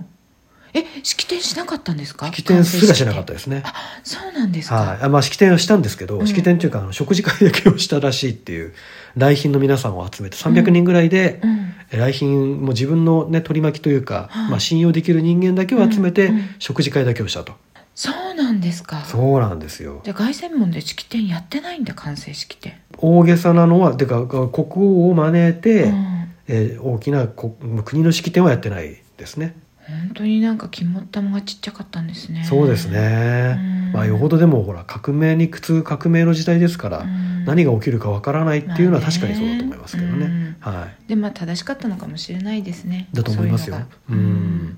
Speaker 1: え式典しなかったんですか
Speaker 2: 式典すらしなかったですね。
Speaker 1: たそうなんですか、
Speaker 2: はい、あまあ式典はしたんですけど、
Speaker 1: うん
Speaker 2: 式典というかあの食事会だけをしたらしいっていう来賓の皆さんを集めて300人ぐらいで、
Speaker 1: うん
Speaker 2: 来賓も自分の、ね、取り巻きというか、
Speaker 1: はい
Speaker 2: まあ、信用できる人間だけを集め
Speaker 1: う
Speaker 2: て
Speaker 1: んうん
Speaker 2: 食事会だけをしたと、
Speaker 1: そうなんですか
Speaker 2: そうなんですよ
Speaker 1: じゃあ凱旋門で式典やってないんだ完成式典
Speaker 2: 大げさなのはてか国王を招いて、
Speaker 1: うん
Speaker 2: えー大きなこ国の式典はやってないですね、
Speaker 1: 本当になんか肝っ玉がちっちゃかったんですね
Speaker 2: そうですね、
Speaker 1: うん
Speaker 2: まあよほどでもほら革命に苦痛革命の時代ですから、
Speaker 1: うん
Speaker 2: 何が起きるかわからないっていうのは
Speaker 1: まあね
Speaker 2: 確かにそうだと思いますけどね,、
Speaker 1: うん
Speaker 2: はい
Speaker 1: でまあ正しかったのかもしれないですね
Speaker 2: だと思いますよ。
Speaker 1: そういう
Speaker 2: う
Speaker 1: のが
Speaker 2: ん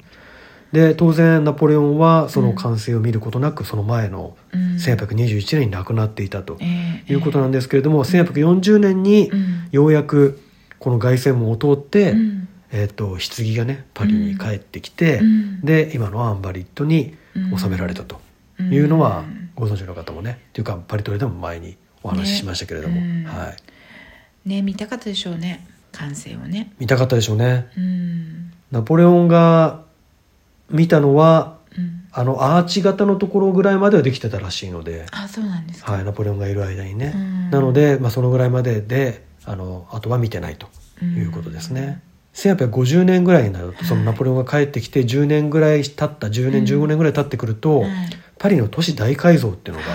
Speaker 2: で当然ナポレオンはその完成を見ることなく、その前の
Speaker 1: うん
Speaker 2: 1821年に亡くなっていたと
Speaker 1: ええ
Speaker 2: いうこと
Speaker 1: え
Speaker 2: なんですけれども、1840年に
Speaker 1: えうん
Speaker 2: ようやくこの凱旋門を通って、
Speaker 1: うん
Speaker 2: えっと棺がねパリに帰ってきて、
Speaker 1: うん
Speaker 2: で今のアンバリットに収められたというのは
Speaker 1: うん
Speaker 2: ご存知の方もねというかパリトレでも前にお話ししましたけれども、
Speaker 1: ねうん
Speaker 2: はい、
Speaker 1: ね見たかったでしょうね完成をね
Speaker 2: 見たかったでしょうね。
Speaker 1: うん
Speaker 2: ナポレオンが見たのは
Speaker 1: うん
Speaker 2: あのアーチ型のところぐらいまではできてたらしいので、
Speaker 1: あそうなんですか
Speaker 2: はい、ナポレオンがいる間にね、
Speaker 1: うん
Speaker 2: なので、まあ、そのぐらいまでであのあとは見てないと
Speaker 1: うん
Speaker 2: いうことですね、1850年ぐらいになるとそのナポレオンが帰ってきて10年ぐらい経った10
Speaker 1: う
Speaker 2: 年
Speaker 1: ん
Speaker 2: 15年ぐらい経ってくると、
Speaker 1: はい
Speaker 2: パリの都市大改造っていうのが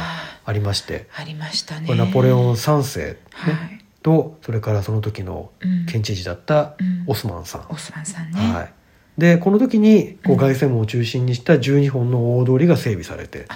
Speaker 2: ありまして
Speaker 1: ありましたね
Speaker 2: これナポレオン3世、ね
Speaker 1: はい
Speaker 2: とそれからその時の
Speaker 1: うん
Speaker 2: 県知事だった
Speaker 1: うん
Speaker 2: オスマンさん、
Speaker 1: オスマンさんね
Speaker 2: はい、でこの時に
Speaker 1: う
Speaker 2: こうん凱旋門を中心にした12本の大通りが整備されて、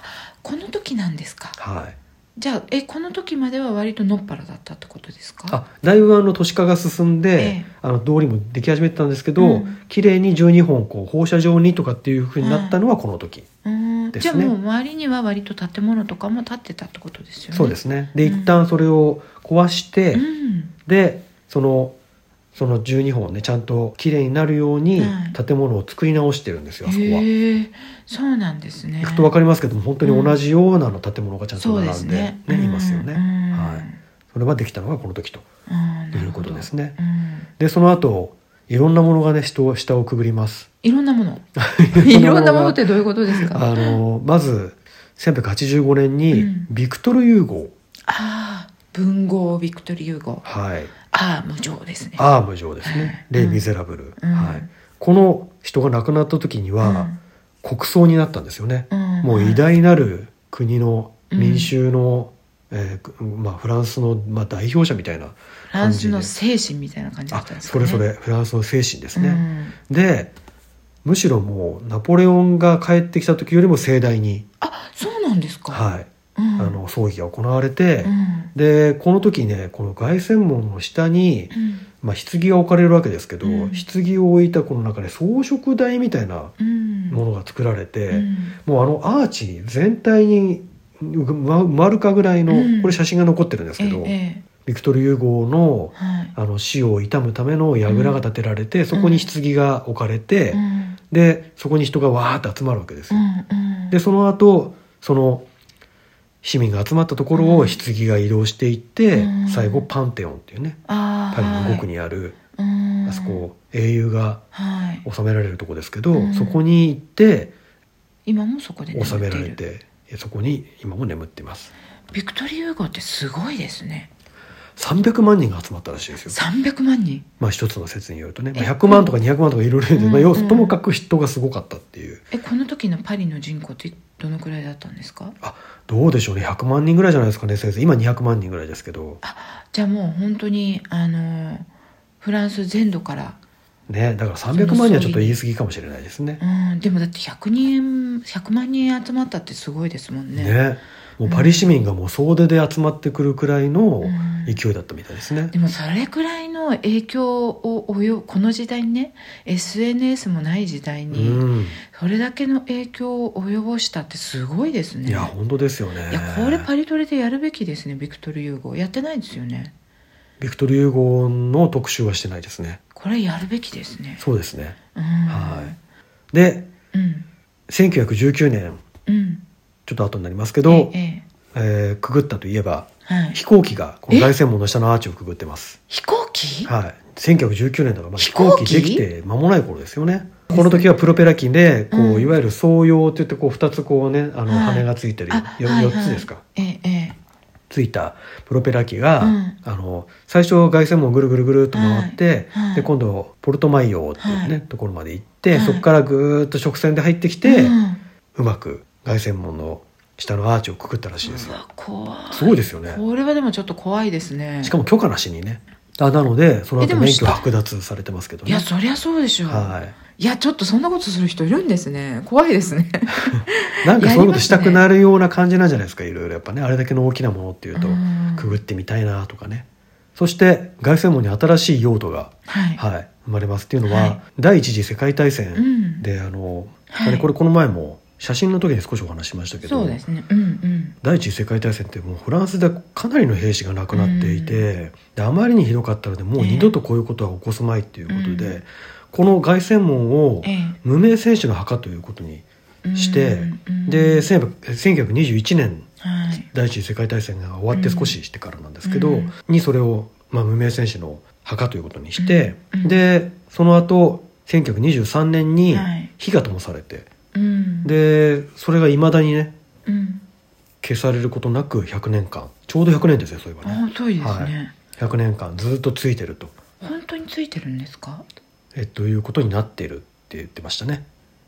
Speaker 1: この時なんですか
Speaker 2: はい、
Speaker 1: じゃあえこの時までは割とのっぱらだったってことですか
Speaker 2: あだいぶあの都市化が進んで、
Speaker 1: ええ
Speaker 2: あの通りもでき始めてたんですけど、
Speaker 1: うん
Speaker 2: 綺麗に12本こう放射状にとかっていうふうになったのはこの時、
Speaker 1: うん
Speaker 2: で
Speaker 1: じゃ
Speaker 2: す
Speaker 1: あ
Speaker 2: ね
Speaker 1: もう周りには割と建物とかも建ってたってことですよね
Speaker 2: そうですねで
Speaker 1: うん
Speaker 2: 一旦それを壊して、
Speaker 1: うん
Speaker 2: でそのその12本をねちゃんと綺麗になるように
Speaker 1: はい
Speaker 2: 建物を作り直してるんですよ、あそこは。
Speaker 1: へえそうなんですね
Speaker 2: 行くと分か
Speaker 1: る
Speaker 2: りますけども本当に同じようなの建物がちゃんと
Speaker 1: そうで
Speaker 2: 並
Speaker 1: す
Speaker 2: んで,、ね
Speaker 1: ねうん
Speaker 2: いますよね、
Speaker 1: うん
Speaker 2: はい、それはできたのがこの時と
Speaker 1: うん
Speaker 2: ということですね
Speaker 1: なるほどうん
Speaker 2: でその後いろんなものがね人を下をくぐります
Speaker 1: いろんなも のいろんなものってどういうことですか
Speaker 2: あのまず1885年
Speaker 1: う
Speaker 2: に
Speaker 1: ん
Speaker 2: ビクトル・ユーゴ、
Speaker 1: ああ文豪ビクトリー・ユーゴ
Speaker 2: はい、
Speaker 1: ああ無情ですね
Speaker 2: アーム上ですね「レ・
Speaker 1: うん
Speaker 2: ミゼラブル」
Speaker 1: うん
Speaker 2: はい、この人が亡くなった時には国葬になったんですよね、
Speaker 1: うん
Speaker 2: もう偉大なる国の
Speaker 1: うん
Speaker 2: 民衆の、えーくまあ、フランスの、まあ、代表者みたいな
Speaker 1: フラ
Speaker 2: 感
Speaker 1: ンス
Speaker 2: じで
Speaker 1: の精神みたいな感じだ
Speaker 2: あ
Speaker 1: ったんです
Speaker 2: そ
Speaker 1: かね
Speaker 2: れそれフランスの精神ですね、
Speaker 1: うん
Speaker 2: でむしろもうナポレオンが帰ってきた時よりも盛大に、
Speaker 1: あそうなんですか
Speaker 2: はい
Speaker 1: うん
Speaker 2: あの葬儀が行われて、
Speaker 1: うん
Speaker 2: でこの時ねこの凱旋門の下に、まあ、棺が置かれるわけですけど、
Speaker 1: うん
Speaker 2: 棺を置いたこの中で装飾台みたいな
Speaker 1: うん
Speaker 2: ものが作られて、
Speaker 1: うん
Speaker 2: もうあのアーチ全体にうま丸かぐらいの、
Speaker 1: うん
Speaker 2: これ写真が残ってるんですけど、
Speaker 1: えええ
Speaker 2: ビクトル・ユーゴーの
Speaker 1: えはい
Speaker 2: あの死を悼むための櫓が建てられて、そこに棺が置かれて、
Speaker 1: うん
Speaker 2: でそこに人がわーって集まるわけです
Speaker 1: う
Speaker 2: よ。
Speaker 1: んうん
Speaker 2: でその後その市民が集まったところを
Speaker 1: うん
Speaker 2: 棺が移動していって、
Speaker 1: うん
Speaker 2: 最後パンテオンっていうね
Speaker 1: あ
Speaker 2: パリの5区
Speaker 1: に
Speaker 2: にある、
Speaker 1: あ
Speaker 2: あそこ英雄が
Speaker 1: はい
Speaker 2: 収められるとこですけど、
Speaker 1: うん
Speaker 2: そこに行って
Speaker 1: 今もそこで眠って
Speaker 2: 収
Speaker 1: い
Speaker 2: め
Speaker 1: る
Speaker 2: られてそこに今も眠っています
Speaker 1: ビクトリー・ユーゴってすごいですね
Speaker 2: 300万人が集まったらしいですよ
Speaker 1: 300万人
Speaker 2: まあ一つの説によるとね、まあ、
Speaker 1: え
Speaker 2: 100万とか200万とかいろいろで、
Speaker 1: うん
Speaker 2: まあ、要
Speaker 1: う
Speaker 2: す
Speaker 1: ん
Speaker 2: ともかく人がすごかったっていう
Speaker 1: えこの時のパリの人口ってどのくらいだったんですか
Speaker 2: あどうでしょうね100万人ぐらいじゃないですかね先生今200万人ぐらいですけど
Speaker 1: じゃあもう本当にあのフランス全土から
Speaker 2: ねだから300万人はちょっと言い過ぎかもしれないですね
Speaker 1: うんでもだって100人100万人集まったってすごいですもんね
Speaker 2: ねもうパリ市民がもう総出で集まってくるくらいの勢いだったみたいですね。
Speaker 1: でもそれくらいの影響を及ぶこの時代にね SNS もない時代
Speaker 2: う
Speaker 1: に
Speaker 2: ん、
Speaker 1: それだけの影響を及ぼしたってすごいですね
Speaker 2: いや本当ですよね。
Speaker 1: いやこれパリトレでやるべきですねビクトル・ユーゴやってないですよね
Speaker 2: ビクトル・ユーゴの特集はしてないですね。
Speaker 1: これやるべきですね
Speaker 2: そうですね。
Speaker 1: うん
Speaker 2: はい。で、
Speaker 1: うん
Speaker 2: 1919年
Speaker 1: うん
Speaker 2: ちょっと後になりますけど、
Speaker 1: え
Speaker 2: え
Speaker 1: え
Speaker 2: ーくぐったといえば
Speaker 1: ええはい
Speaker 2: 飛行機がこの凱旋門の下のアーチをくぐってます。
Speaker 1: 飛行機
Speaker 2: はい。1919年だからまだ
Speaker 1: 飛
Speaker 2: 飛
Speaker 1: 行
Speaker 2: 行
Speaker 1: 機
Speaker 2: 機できて間もない頃ですよね。この時はプロペラ機でこう、
Speaker 1: うん
Speaker 2: いわゆる双葉って言ってこう2つこうねあの
Speaker 1: はい
Speaker 2: 羽がついてる、
Speaker 1: あ
Speaker 2: よ
Speaker 1: はいはい
Speaker 2: 4つですか、
Speaker 1: ええええ
Speaker 2: ついたプロペラ機が、
Speaker 1: うん
Speaker 2: あの最初凱旋門をぐるぐるぐるっと回って、
Speaker 1: はいはい
Speaker 2: で今度ポルトマイオっていうね、
Speaker 1: はい
Speaker 2: ところまで行って、
Speaker 1: はい
Speaker 2: そこからぐーっと直線で入ってきて、
Speaker 1: う
Speaker 2: うんまく凱旋門の下のアーチをくくったらしいです
Speaker 1: う
Speaker 2: よ、
Speaker 1: わ怖い
Speaker 2: すごいですよね
Speaker 1: これはでもちょっと怖いですね
Speaker 2: しかも許可なしにねあなのでその
Speaker 1: えで
Speaker 2: 後
Speaker 1: も
Speaker 2: 免
Speaker 1: した
Speaker 2: 許剥奪されてますけど
Speaker 1: いや
Speaker 2: ね
Speaker 1: そりゃそうでしょう、、
Speaker 2: はい
Speaker 1: やちょっとそんなことする人いるんですね怖いですね
Speaker 2: い、なんか
Speaker 1: やり
Speaker 2: そういう
Speaker 1: ま
Speaker 2: こと
Speaker 1: すね
Speaker 2: したくなるような感じなんじゃないですかいろいろやっぱねあれだけの大きなものっていうと、
Speaker 1: うん
Speaker 2: くぐってみたいなとかねそして凱旋門に新しい用途が
Speaker 1: はい、
Speaker 2: はい、生まれますっていうのは、
Speaker 1: はい
Speaker 2: 第一次世界大
Speaker 1: う
Speaker 2: 戦
Speaker 1: ん、
Speaker 2: で、あの、
Speaker 1: はい
Speaker 2: あれこれこの前も写真の時に少しお話ししましたけ
Speaker 1: そ
Speaker 2: ど、
Speaker 1: うですねうんうん
Speaker 2: 第一次世界大戦ってもうフランスでかなりの兵士が亡くなっていて、であまりにひどかったのでもう二度とこういうことは起こすまいっていうことで、
Speaker 1: ええうん
Speaker 2: この凱旋門を
Speaker 1: え
Speaker 2: 無名戦士の墓ということに
Speaker 1: え
Speaker 2: して、
Speaker 1: うんうん
Speaker 2: で1921年
Speaker 1: はい
Speaker 2: 第一次世界大戦が終わって少ししてからなんですけど、
Speaker 1: うん
Speaker 2: にそれを、まあ、無名戦士の墓ということにして、
Speaker 1: うんうん
Speaker 2: でその後1923年に
Speaker 1: はい
Speaker 2: 火が灯されて、
Speaker 1: うん
Speaker 2: でそれがいまだにね
Speaker 1: うん
Speaker 2: 消されることなく100年間ちょうど100年ですよそういえば
Speaker 1: あ
Speaker 2: ね
Speaker 1: そうですね、
Speaker 2: 100年間ずっとついてると
Speaker 1: 本当についてるんですか
Speaker 2: えということになってるって言ってましたね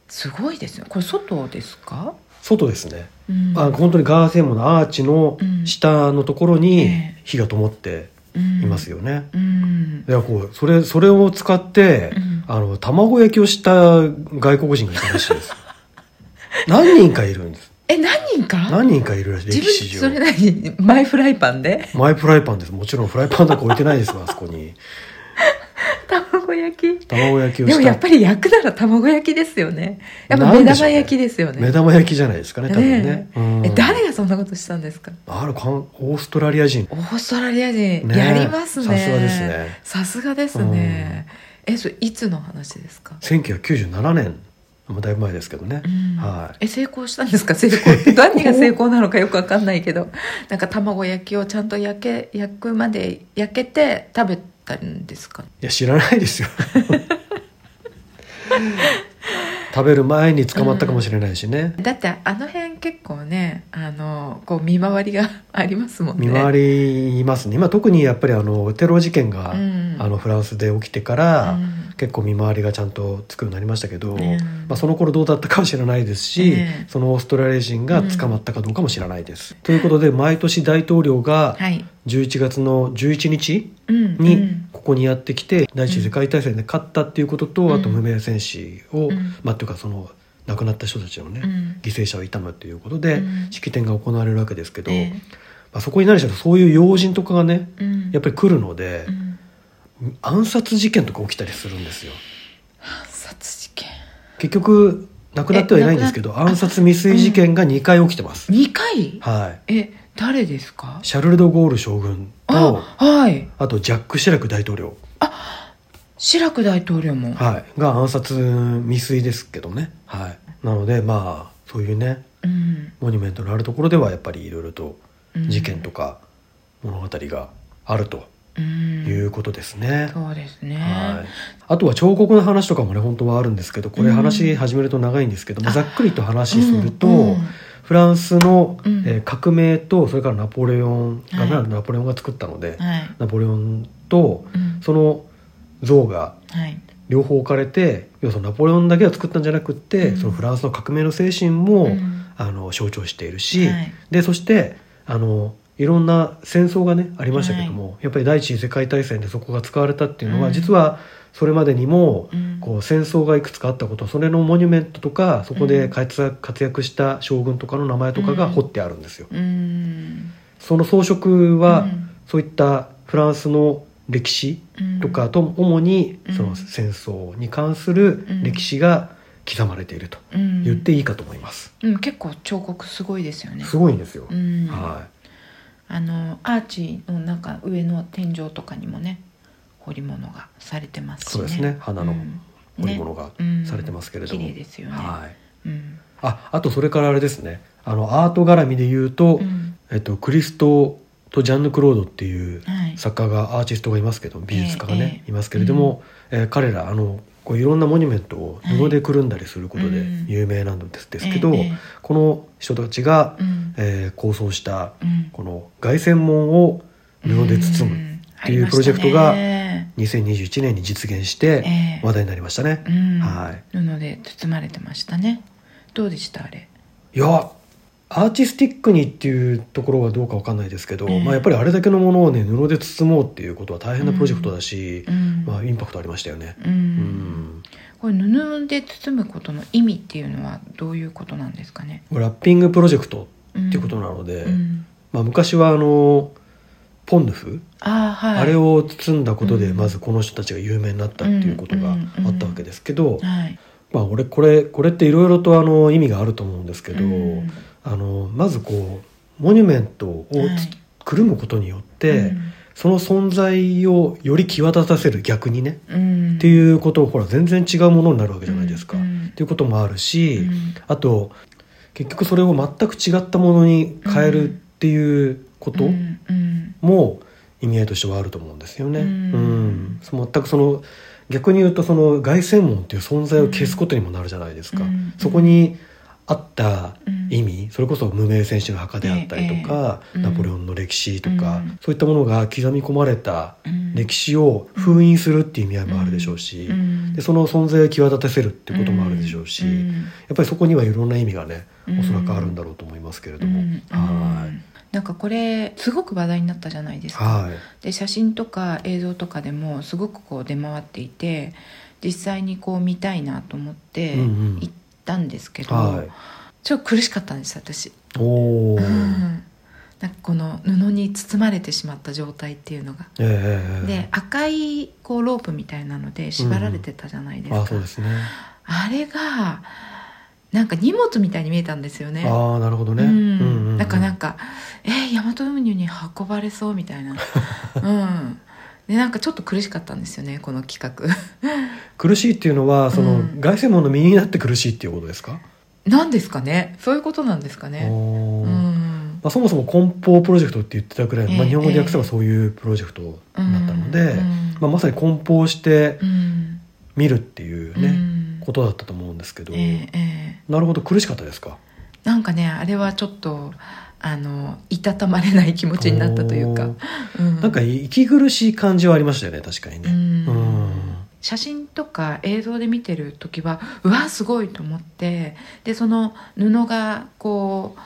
Speaker 1: すごいですねこれ外ですか、
Speaker 2: 外ですね、
Speaker 1: うん
Speaker 2: あ本当にガーセンモのアーチの下のところ
Speaker 1: うん
Speaker 2: に
Speaker 1: ええ
Speaker 2: 火が灯っています
Speaker 1: よ
Speaker 2: よね、
Speaker 1: うん
Speaker 2: いやこうそれそれを使って、
Speaker 1: うん
Speaker 2: あの卵焼きをした外国人がいたらしいです 何人かいるんです
Speaker 1: え何人か
Speaker 2: 何人かいるらしい
Speaker 1: 自
Speaker 2: 歴史
Speaker 1: 分そ
Speaker 2: 上
Speaker 1: れ何マイフライパンで
Speaker 2: マイフライパンですもちろんフライパンなんか置いてないですよあそこに
Speaker 1: 卵焼き
Speaker 2: 卵焼きを
Speaker 1: でも
Speaker 2: し
Speaker 1: や
Speaker 2: た
Speaker 1: っぱり焼くなら卵焼きですよねやっぱ目玉焼きですよね
Speaker 2: 目玉焼きじゃないですかね多分ね
Speaker 1: ね
Speaker 2: うん
Speaker 1: え誰がそんなことしたんですか
Speaker 2: あるかんオーストラリア人
Speaker 1: オーストラリア人、
Speaker 2: ね
Speaker 1: やりますね
Speaker 2: さすがですね
Speaker 1: さすがですねえそれいつの話ですか、
Speaker 2: 1997年まあだいぶ前ですけどね、
Speaker 1: うん
Speaker 2: はい
Speaker 1: え成功したんですか成功って何が成功なのかよくわかんない けどなんか卵焼きをちゃんと焼け焼くまで焼けて食べたんですか
Speaker 2: いや知らな いですよ食べる前に捕まったかもしれないしね、
Speaker 1: だってあの辺結構ねあのこう見回りが ありますもんね
Speaker 2: 見回りいますね今特にやっぱりあのテロ事件が、
Speaker 1: うん
Speaker 2: あのフランスで起きてから、
Speaker 1: うん
Speaker 2: 結構見回りがちゃんとつくようになりましたけど、
Speaker 1: ね
Speaker 2: まあ、その頃どうだったかは知らないですし、
Speaker 1: ね
Speaker 2: そのオーストラリア人が捕まったかどうかも知らないです。ということで毎年大統領が
Speaker 1: はい、
Speaker 2: 11月の11日
Speaker 1: うんう
Speaker 2: に
Speaker 1: ん
Speaker 2: ここにやってきて第一次世界大戦で勝ったっていうことと、
Speaker 1: うん
Speaker 2: あと無名戦士を、
Speaker 1: うん
Speaker 2: まあというかその亡くなった人たちのね、
Speaker 1: うん
Speaker 2: 犠牲者を悼むということで、
Speaker 1: うん
Speaker 2: 式典が行われるわけですけど、
Speaker 1: ええ
Speaker 2: まあ、そこに何しろそういう要人とかがね
Speaker 1: うん
Speaker 2: やっぱり来るので
Speaker 1: う、ん
Speaker 2: 暗殺事件とか起きたりするんですよ
Speaker 1: 暗殺事件
Speaker 2: 結局亡くなってはいないんですけど
Speaker 1: え亡くな
Speaker 2: 暗殺未遂事件が2回起きてます、
Speaker 1: 2回
Speaker 2: はい
Speaker 1: え誰ですか
Speaker 2: シャルル・ド・ゴール将軍と
Speaker 1: あはい
Speaker 2: あとジャック・シラク大統領、
Speaker 1: シラク大統領も
Speaker 2: はい、が暗殺未遂ですけどね、はい、なのでまあそういうね
Speaker 1: うん
Speaker 2: モニュメントのあるところではやっぱりいろいろと
Speaker 1: うん
Speaker 2: 事件とか物語があると
Speaker 1: うん
Speaker 2: いうことですね、
Speaker 1: そうですね
Speaker 2: はい、あとは彫刻の話とかもね本当はあるんですけどこれ
Speaker 1: うん
Speaker 2: 話始めると長いんですけども、
Speaker 1: あ
Speaker 2: ざっくりと話すると、
Speaker 1: うんうん
Speaker 2: フランスの、
Speaker 1: うん
Speaker 2: えー革命とそれからナポレオンが、
Speaker 1: はい
Speaker 2: ナポレオンが作ったので、
Speaker 1: はい
Speaker 2: ナポレオンと
Speaker 1: うん
Speaker 2: その像が
Speaker 1: はい
Speaker 2: 両方置かれて要はそのナポレオンだけは作ったんじゃなくって、
Speaker 1: うん
Speaker 2: そのフランスの革命の精神も、
Speaker 1: うん
Speaker 2: あの象徴しているし、
Speaker 1: はい
Speaker 2: でそしてあのいろんな戦争がねありましたけども、やっぱり第一次世界大戦でそこが使われたっていうのは、
Speaker 1: うん
Speaker 2: 実はそれまでにも
Speaker 1: うん
Speaker 2: こう戦争がいくつかあったことそれのモニュメントとかそこで活躍活躍した将軍とかの名前とかが彫ってあるんですよ。
Speaker 1: うん
Speaker 2: その装飾は、
Speaker 1: うん
Speaker 2: そういったフランスの歴史とかと主にその戦争に関する歴史が刻まれていると
Speaker 1: うん
Speaker 2: 言っていいかと思います。
Speaker 1: うん、結構彫刻すごいですよね
Speaker 2: すごいんですよ。
Speaker 1: うん
Speaker 2: は
Speaker 1: あのアーチのなんか上の天井とかにもね彫り物がされてますし
Speaker 2: そうですね花の
Speaker 1: う
Speaker 2: い。
Speaker 1: ん
Speaker 2: 彫り物が
Speaker 1: ね
Speaker 2: されてますけれど
Speaker 1: うん
Speaker 2: も。
Speaker 1: 綺麗ですよね、
Speaker 2: はい。
Speaker 1: うん
Speaker 2: あ、あとそれからあれですね。あのアート絡みで言うと、
Speaker 1: うん
Speaker 2: えっとクリストとジャンヌクロードっていう
Speaker 1: はい、
Speaker 2: 作家がアーティストがいますけど、美術家がね、
Speaker 1: ええ
Speaker 2: いますけれども、えー彼らあのこういろんなモニュメントを布でくるんだりすることで
Speaker 1: うん
Speaker 2: 有名なんですですけど、
Speaker 1: ええ
Speaker 2: この人たちが、
Speaker 1: うん
Speaker 2: えー構想した
Speaker 1: うん
Speaker 2: この凱旋門を布で包むっていうプロジェクトが2021年に実現して話
Speaker 1: 題
Speaker 2: 題になりましたね。は
Speaker 1: 布で包まれてましたねどうでしたあれ
Speaker 2: いやアーティスティックにっていうところはどうかわかんないですけど、
Speaker 1: ええ
Speaker 2: まあ、やっぱりあれだけのものをね布で包もうっていうことは大変なプロジェクトだし、
Speaker 1: うん
Speaker 2: まあ、インパクトありましたよね。
Speaker 1: う
Speaker 2: うんん
Speaker 1: これ布で包むことの意味っていうのはどういうことなんですかね
Speaker 2: ラッピングプロジェクト
Speaker 1: っ
Speaker 2: っていうことなので、
Speaker 1: うん
Speaker 2: まあ、昔はあのポンヌフ、
Speaker 1: ああはい
Speaker 2: あれを包んだことで
Speaker 1: うん
Speaker 2: まずこの人たちが有名になったっていうことがあったわけですけど、
Speaker 1: はい
Speaker 2: まあ、俺これこれっていろいろとあの意味があると思うんですけど、
Speaker 1: うん
Speaker 2: あのまずこうモニュメントをつ、
Speaker 1: はい
Speaker 2: くるむことによって、
Speaker 1: うん
Speaker 2: その存在をより際立たせる逆にね、
Speaker 1: うん
Speaker 2: っていうことをほら全然違うものになるわけじゃないですか。
Speaker 1: うん
Speaker 2: っていうこともあるし、
Speaker 1: うん
Speaker 2: あと結局それを全く違ったものに変えるっていうこと、
Speaker 1: うんうん
Speaker 2: も意味合いとしてはあると思うんですよね。
Speaker 1: う
Speaker 2: うんん、その全くその逆に言うとその凱旋門っていう存在を消すことにもなるじゃないですか。
Speaker 1: うん
Speaker 2: そこにあった
Speaker 1: うん
Speaker 2: 意味、それこそ無名戦士の墓であったりとか、
Speaker 1: ええええ
Speaker 2: ナポレオンの歴史とか、
Speaker 1: うん
Speaker 2: そういったものが刻み込まれた
Speaker 1: うん
Speaker 2: 歴史を封印するっていう意味合いもあるでしょうし、
Speaker 1: うん
Speaker 2: でその存在を際立たせるっていうこともあるでしょうし、
Speaker 1: ん
Speaker 2: やっぱりそこにはいろんな意味がね、
Speaker 1: うん
Speaker 2: おそらくあるんだろうと思いますけれど
Speaker 1: うん
Speaker 2: も、
Speaker 1: うん
Speaker 2: は
Speaker 1: う
Speaker 2: い
Speaker 1: んなんかこれすごく話題になったじゃないですか
Speaker 2: はい
Speaker 1: で写真とか映像とかでもすごくこう出回っていて実際にこう見たいなと思って
Speaker 2: うんうん
Speaker 1: 行ったんですけど、
Speaker 2: はい
Speaker 1: ちょっと苦しかったんです私、
Speaker 2: おお、
Speaker 1: うん、 なんかこの布に包まれてしまった状態っていうのが、
Speaker 2: ええ
Speaker 1: で赤いこうロープみたいなので縛られてたじゃないですか、
Speaker 2: あそうですね
Speaker 1: あれがなんか荷物みたいに見えたんですよね
Speaker 2: ああなるほどね、
Speaker 1: う
Speaker 2: うんうんんうん
Speaker 1: なんかなんか「えー、ヤマト運輸に運ばれそう」みたいな うんでなんかちょっと苦しかったんですよねこの企画
Speaker 2: 苦しいっていうのはその、
Speaker 1: うん
Speaker 2: 凱旋門の身になって苦しいっていうことですか、
Speaker 1: なんですかねそういうことなんですかね
Speaker 2: おー
Speaker 1: うん
Speaker 2: まあ、そもそも梱包プロジェクトって言ってたくらい、ま
Speaker 1: え
Speaker 2: あ、
Speaker 1: え
Speaker 2: 日本語で訳せばそういうプロジェクトだったので、
Speaker 1: うん
Speaker 2: まあ、まさに梱包して
Speaker 1: うん
Speaker 2: 見るっていうね、
Speaker 1: うん
Speaker 2: ことだったと思うんですけど、
Speaker 1: えええ
Speaker 2: なるほど苦しかったですか
Speaker 1: えなんかねあれはちょっとあのいたたまれない気持ちになったというか
Speaker 2: おー、
Speaker 1: うん、
Speaker 2: なんか息苦しい感じはありましたよね確かに
Speaker 1: う
Speaker 2: ね、
Speaker 1: ん
Speaker 2: うん
Speaker 1: 写真とか映像で見てる時はうわすごいと思ってでその布がこ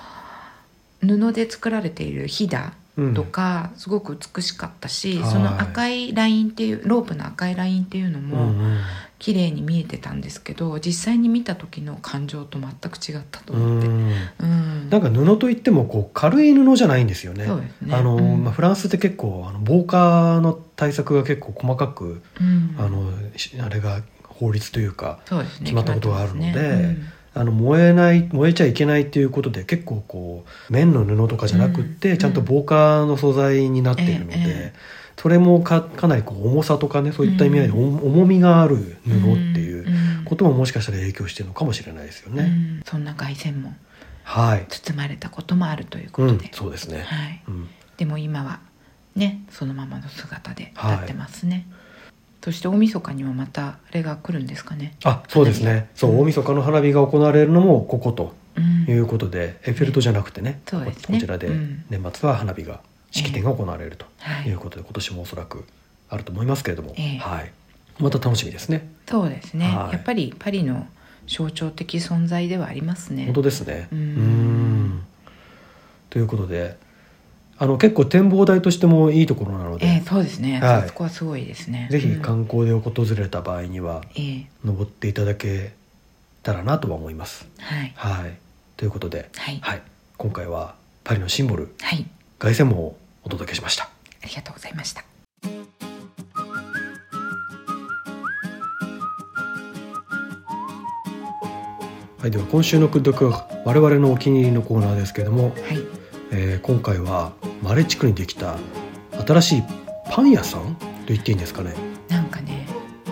Speaker 1: う布で作られているひだ
Speaker 2: うん
Speaker 1: とかすごく美しかったし、
Speaker 2: はい
Speaker 1: その赤いラインっていうロープの赤いラインっていうの
Speaker 2: うん
Speaker 1: も綺麗に見えてたんですけど実際に見た時の感情と全く違ったと
Speaker 2: う
Speaker 1: 思
Speaker 2: ん
Speaker 1: って、
Speaker 2: うん
Speaker 1: うん
Speaker 2: なんか布といってもこう軽い布じゃないんですよね。
Speaker 1: そうですね
Speaker 2: あの、
Speaker 1: うん
Speaker 2: まあ、フランスって結構あの防火の対策が結構細かく、
Speaker 1: うん
Speaker 2: あのしあれが法律というか
Speaker 1: そうですね
Speaker 2: 決まったことがあるので、
Speaker 1: 決まってますね
Speaker 2: あの燃えない燃えちゃいけないっていうことで結構こう綿の布とかじゃなく
Speaker 1: う
Speaker 2: って
Speaker 1: ん
Speaker 2: ちゃんと防火の素材になっているので、
Speaker 1: えええ
Speaker 2: それもかかなりこう重さとかねそういった意味合いでお重みがある布
Speaker 1: うん
Speaker 2: っていうんことももしかしたら影響してるのかもしれないですよね。
Speaker 1: うんそんな凱旋門
Speaker 2: はい、
Speaker 1: 包まれたこともあるというこ
Speaker 2: う
Speaker 1: と
Speaker 2: ん
Speaker 1: で、、
Speaker 2: そうですね。
Speaker 1: はい、
Speaker 2: うん
Speaker 1: でも今はねそのままの姿で
Speaker 2: はい
Speaker 1: 立ってますね、そして大晦日にはまたあれが来るんですかね、
Speaker 2: あそうですねそう大晦日の花火が行われるのもここと
Speaker 1: うん
Speaker 2: いうことで、エッフェル塔じゃなくてね
Speaker 1: そうですね
Speaker 2: ここちらで
Speaker 1: うん
Speaker 2: 年末は花火が式典が行われると
Speaker 1: はい
Speaker 2: いうことで、今年もおそらくあると思いますけれども、
Speaker 1: ええ
Speaker 2: はい、また楽しみですね
Speaker 1: そうですね、
Speaker 2: はい
Speaker 1: やっぱりパリの象徴的存在ではありますね
Speaker 2: 本当ですね
Speaker 1: う
Speaker 2: うんんということであの結構展望台としてもいいところなので、
Speaker 1: ええそうですね、
Speaker 2: はい
Speaker 1: そこはすごいですね
Speaker 2: ぜひ
Speaker 1: うん
Speaker 2: 観光で訪れた場合には
Speaker 1: ええ
Speaker 2: 登っていただけたらなとは思います。
Speaker 1: はい
Speaker 2: はい、ということで、
Speaker 1: はい
Speaker 2: はい、今回はパリのシンボル
Speaker 1: はい
Speaker 2: 凱旋門をお届けしました。
Speaker 1: ありがとうございました
Speaker 2: はい、では今週の「クッドクは我々のお気に入りのコーナーですけれど
Speaker 1: は
Speaker 2: も、
Speaker 1: い
Speaker 2: えー今回はマレ地区にできた新しいパン屋さんと言っていいんですかね。
Speaker 1: なんかね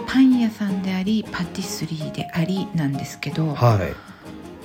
Speaker 1: パン屋さんでありパティスリーでありなんですけど、
Speaker 2: は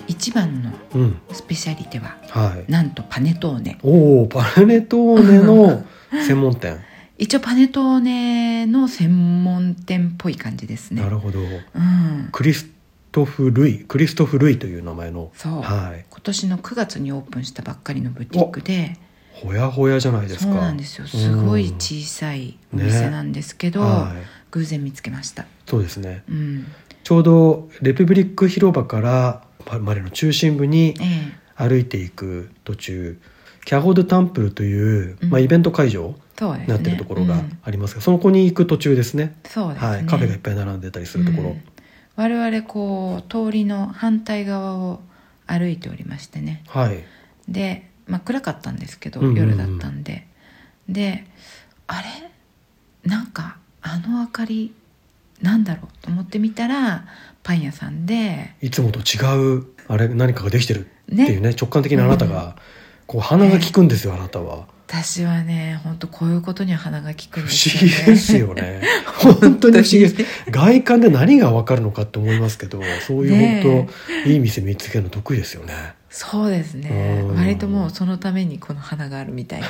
Speaker 2: い、
Speaker 1: 一番の
Speaker 2: うん、
Speaker 1: スペシャリテは
Speaker 2: はい。
Speaker 1: なんとパネトーネ
Speaker 2: おお、パネトーネの専門 店。
Speaker 1: 一応パネトーネの専門店っぽい感じですね
Speaker 2: なるほど。
Speaker 1: うん
Speaker 2: クリストフ・ルイ、クリストフ・ルイという名前の、
Speaker 1: そう、
Speaker 2: はい、
Speaker 1: 今年の9月にオープンしたばっかりのブティックで
Speaker 2: ほやほやじゃないです
Speaker 1: そ
Speaker 2: か。
Speaker 1: うなんですよすごい小さいお店なんですけど、
Speaker 2: はい、
Speaker 1: 偶然見つけました
Speaker 2: そうですね。
Speaker 1: うん
Speaker 2: ちょうどレプブリック広場からパマレの中心部に
Speaker 1: ええ
Speaker 2: 歩いていく途中、キャホド・タンプルという、まあ、
Speaker 1: うん
Speaker 2: イベント会場
Speaker 1: そうですね
Speaker 2: になってるところが
Speaker 1: うん
Speaker 2: ありますが、そこに行く途中ですね。
Speaker 1: そうですね、
Speaker 2: はい、カフェがいっぱい並んでたりするところ、
Speaker 1: うん我々こう通りの反対側を歩いておりましてね
Speaker 2: はい、
Speaker 1: で、まあ、暗かったんですけど
Speaker 2: うんうんうん
Speaker 1: 夜だったんで、であれなんかあの明かりなんだろうと思ってみたらパン屋さんで
Speaker 2: いつもと違うあれ何かができてるっていうね直感的なあなたが、こう鼻が効くんですよ、あなたは。
Speaker 1: 私はね本当こういうことには鼻が利くん
Speaker 2: 不
Speaker 1: で
Speaker 2: 思
Speaker 1: すよね
Speaker 2: 議ですよ ね本当に不思議です外観で何が分かるのかって思いますけどそういう本
Speaker 1: ね
Speaker 2: 当いい店見つけるの得意ですよね
Speaker 1: そうですね
Speaker 2: うん
Speaker 1: 割ともうそのためにこの花があるみたい な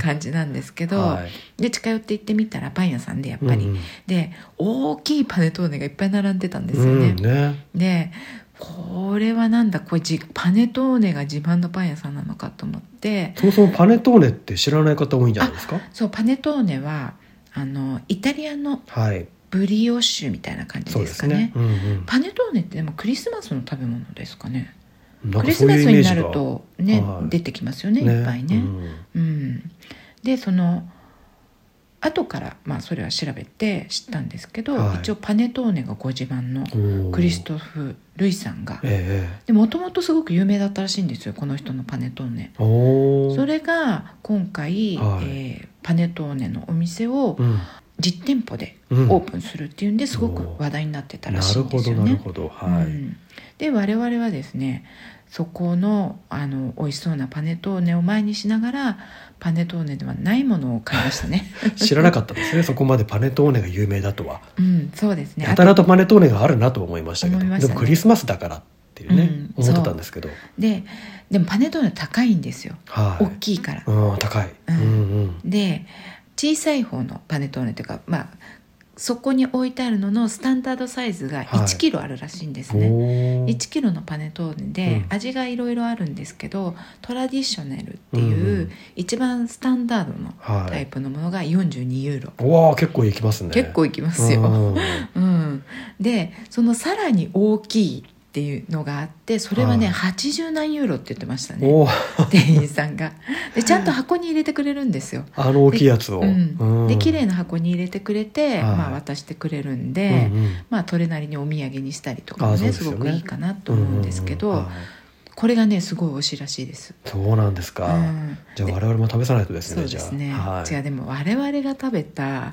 Speaker 1: 感じなんですけど、
Speaker 2: はい
Speaker 1: で近寄って行ってみたらパン屋さんでやっぱり、
Speaker 2: うんうん
Speaker 1: で大きいパネトーネがいっぱい並んでたんですよ
Speaker 2: う
Speaker 1: ね
Speaker 2: ん、ね
Speaker 1: でこれはなんだこれじパネトーネが自慢のパン屋さんなのかと思って
Speaker 2: そもそもパネトーネって知らない方多いんじゃないですか
Speaker 1: そうパネトーネはあのイタリアの
Speaker 2: はい
Speaker 1: ブリオッシュみたいな感じ
Speaker 2: そう
Speaker 1: で
Speaker 2: ですす
Speaker 1: かね
Speaker 2: ねうんうん
Speaker 1: パネトーネってでもクリスマスの食べ物ですかね
Speaker 2: なん
Speaker 1: ク
Speaker 2: か
Speaker 1: リス
Speaker 2: そう
Speaker 1: マ
Speaker 2: い
Speaker 1: ス
Speaker 2: うイメー
Speaker 1: に
Speaker 2: ジ
Speaker 1: な
Speaker 2: が
Speaker 1: るとね、
Speaker 2: はい
Speaker 1: 出てきますよねいっぱいね、
Speaker 2: うん
Speaker 1: うん、でその後から、まあ、それは調べて知ったんですけど、
Speaker 2: はい
Speaker 1: 一応パネトーネがご自慢の
Speaker 2: おー
Speaker 1: クリストフ・ルイさんが
Speaker 2: ええ
Speaker 1: もともとすごく有名だったらしいんですよこの人のパネトーネ
Speaker 2: ええおー
Speaker 1: それが今回、
Speaker 2: はい
Speaker 1: えーパネトーネのお店を
Speaker 2: うん
Speaker 1: 実店舗で
Speaker 2: うん
Speaker 1: オープンするっていうんですごく話題になってたらしいんですよ
Speaker 2: なる
Speaker 1: ね
Speaker 2: ほどなるほどはい、
Speaker 1: うんで我々はですねそこのあの美味しそうなパネトーネを前にしながらパネトーネではないものを買いましたね、
Speaker 2: 知らなかったですねそこまでパネトーネが有名だとは
Speaker 1: うん、そうですね
Speaker 2: やたらとパネトーネがあるなと思いましたけど
Speaker 1: 思いまし
Speaker 2: で
Speaker 1: たね
Speaker 2: もクリスマスだからっていうね、
Speaker 1: うん
Speaker 2: 思ってたんですけど
Speaker 1: ででもパネトーネ高いんですよ、
Speaker 2: はい
Speaker 1: 大きいから、
Speaker 2: うん高い、
Speaker 1: う
Speaker 2: うんんうん、
Speaker 1: で小さい方のパネトーネというかまあそこに置いてあるののスタンダードサイズが
Speaker 2: はい
Speaker 1: 1キロあるらしいんです
Speaker 2: お
Speaker 1: ね、
Speaker 2: ー
Speaker 1: 1キロのパネトーネで
Speaker 2: うん
Speaker 1: 味がいろいろあるんですけど、トラディショナルって
Speaker 2: うん
Speaker 1: いううん一番スタンダードの
Speaker 2: はい
Speaker 1: タイプのものが42ユーロ、
Speaker 2: うわー結構いきますね
Speaker 1: 結構いきますよ、
Speaker 2: うん
Speaker 1: うん、でそのさらに大きいっていうのがあってそれはね、
Speaker 2: は
Speaker 1: 80何ユーロって言ってましたね
Speaker 2: おー
Speaker 1: 店員さんがでちゃんと箱に入れてくれるんですよ
Speaker 2: あの大きいやつを
Speaker 1: うん、で綺麗
Speaker 2: な
Speaker 1: な箱に入れてくれて、
Speaker 2: はい
Speaker 1: まあ、渡してくれるんで、
Speaker 2: うんうん
Speaker 1: まあ、それなりにお土産にしたりとかも
Speaker 2: あそう
Speaker 1: ね
Speaker 2: ですすよね
Speaker 1: ごくいいかなと思うんですけど、
Speaker 2: うんうんうんはい
Speaker 1: これがねすごい美味しいらしいです。
Speaker 2: そうなんですか、
Speaker 1: うん
Speaker 2: じゃあ我々も試さないとです
Speaker 1: そう
Speaker 2: ね
Speaker 1: で
Speaker 2: じゃあ
Speaker 1: すね、
Speaker 2: はい
Speaker 1: 違うでも我々が食べた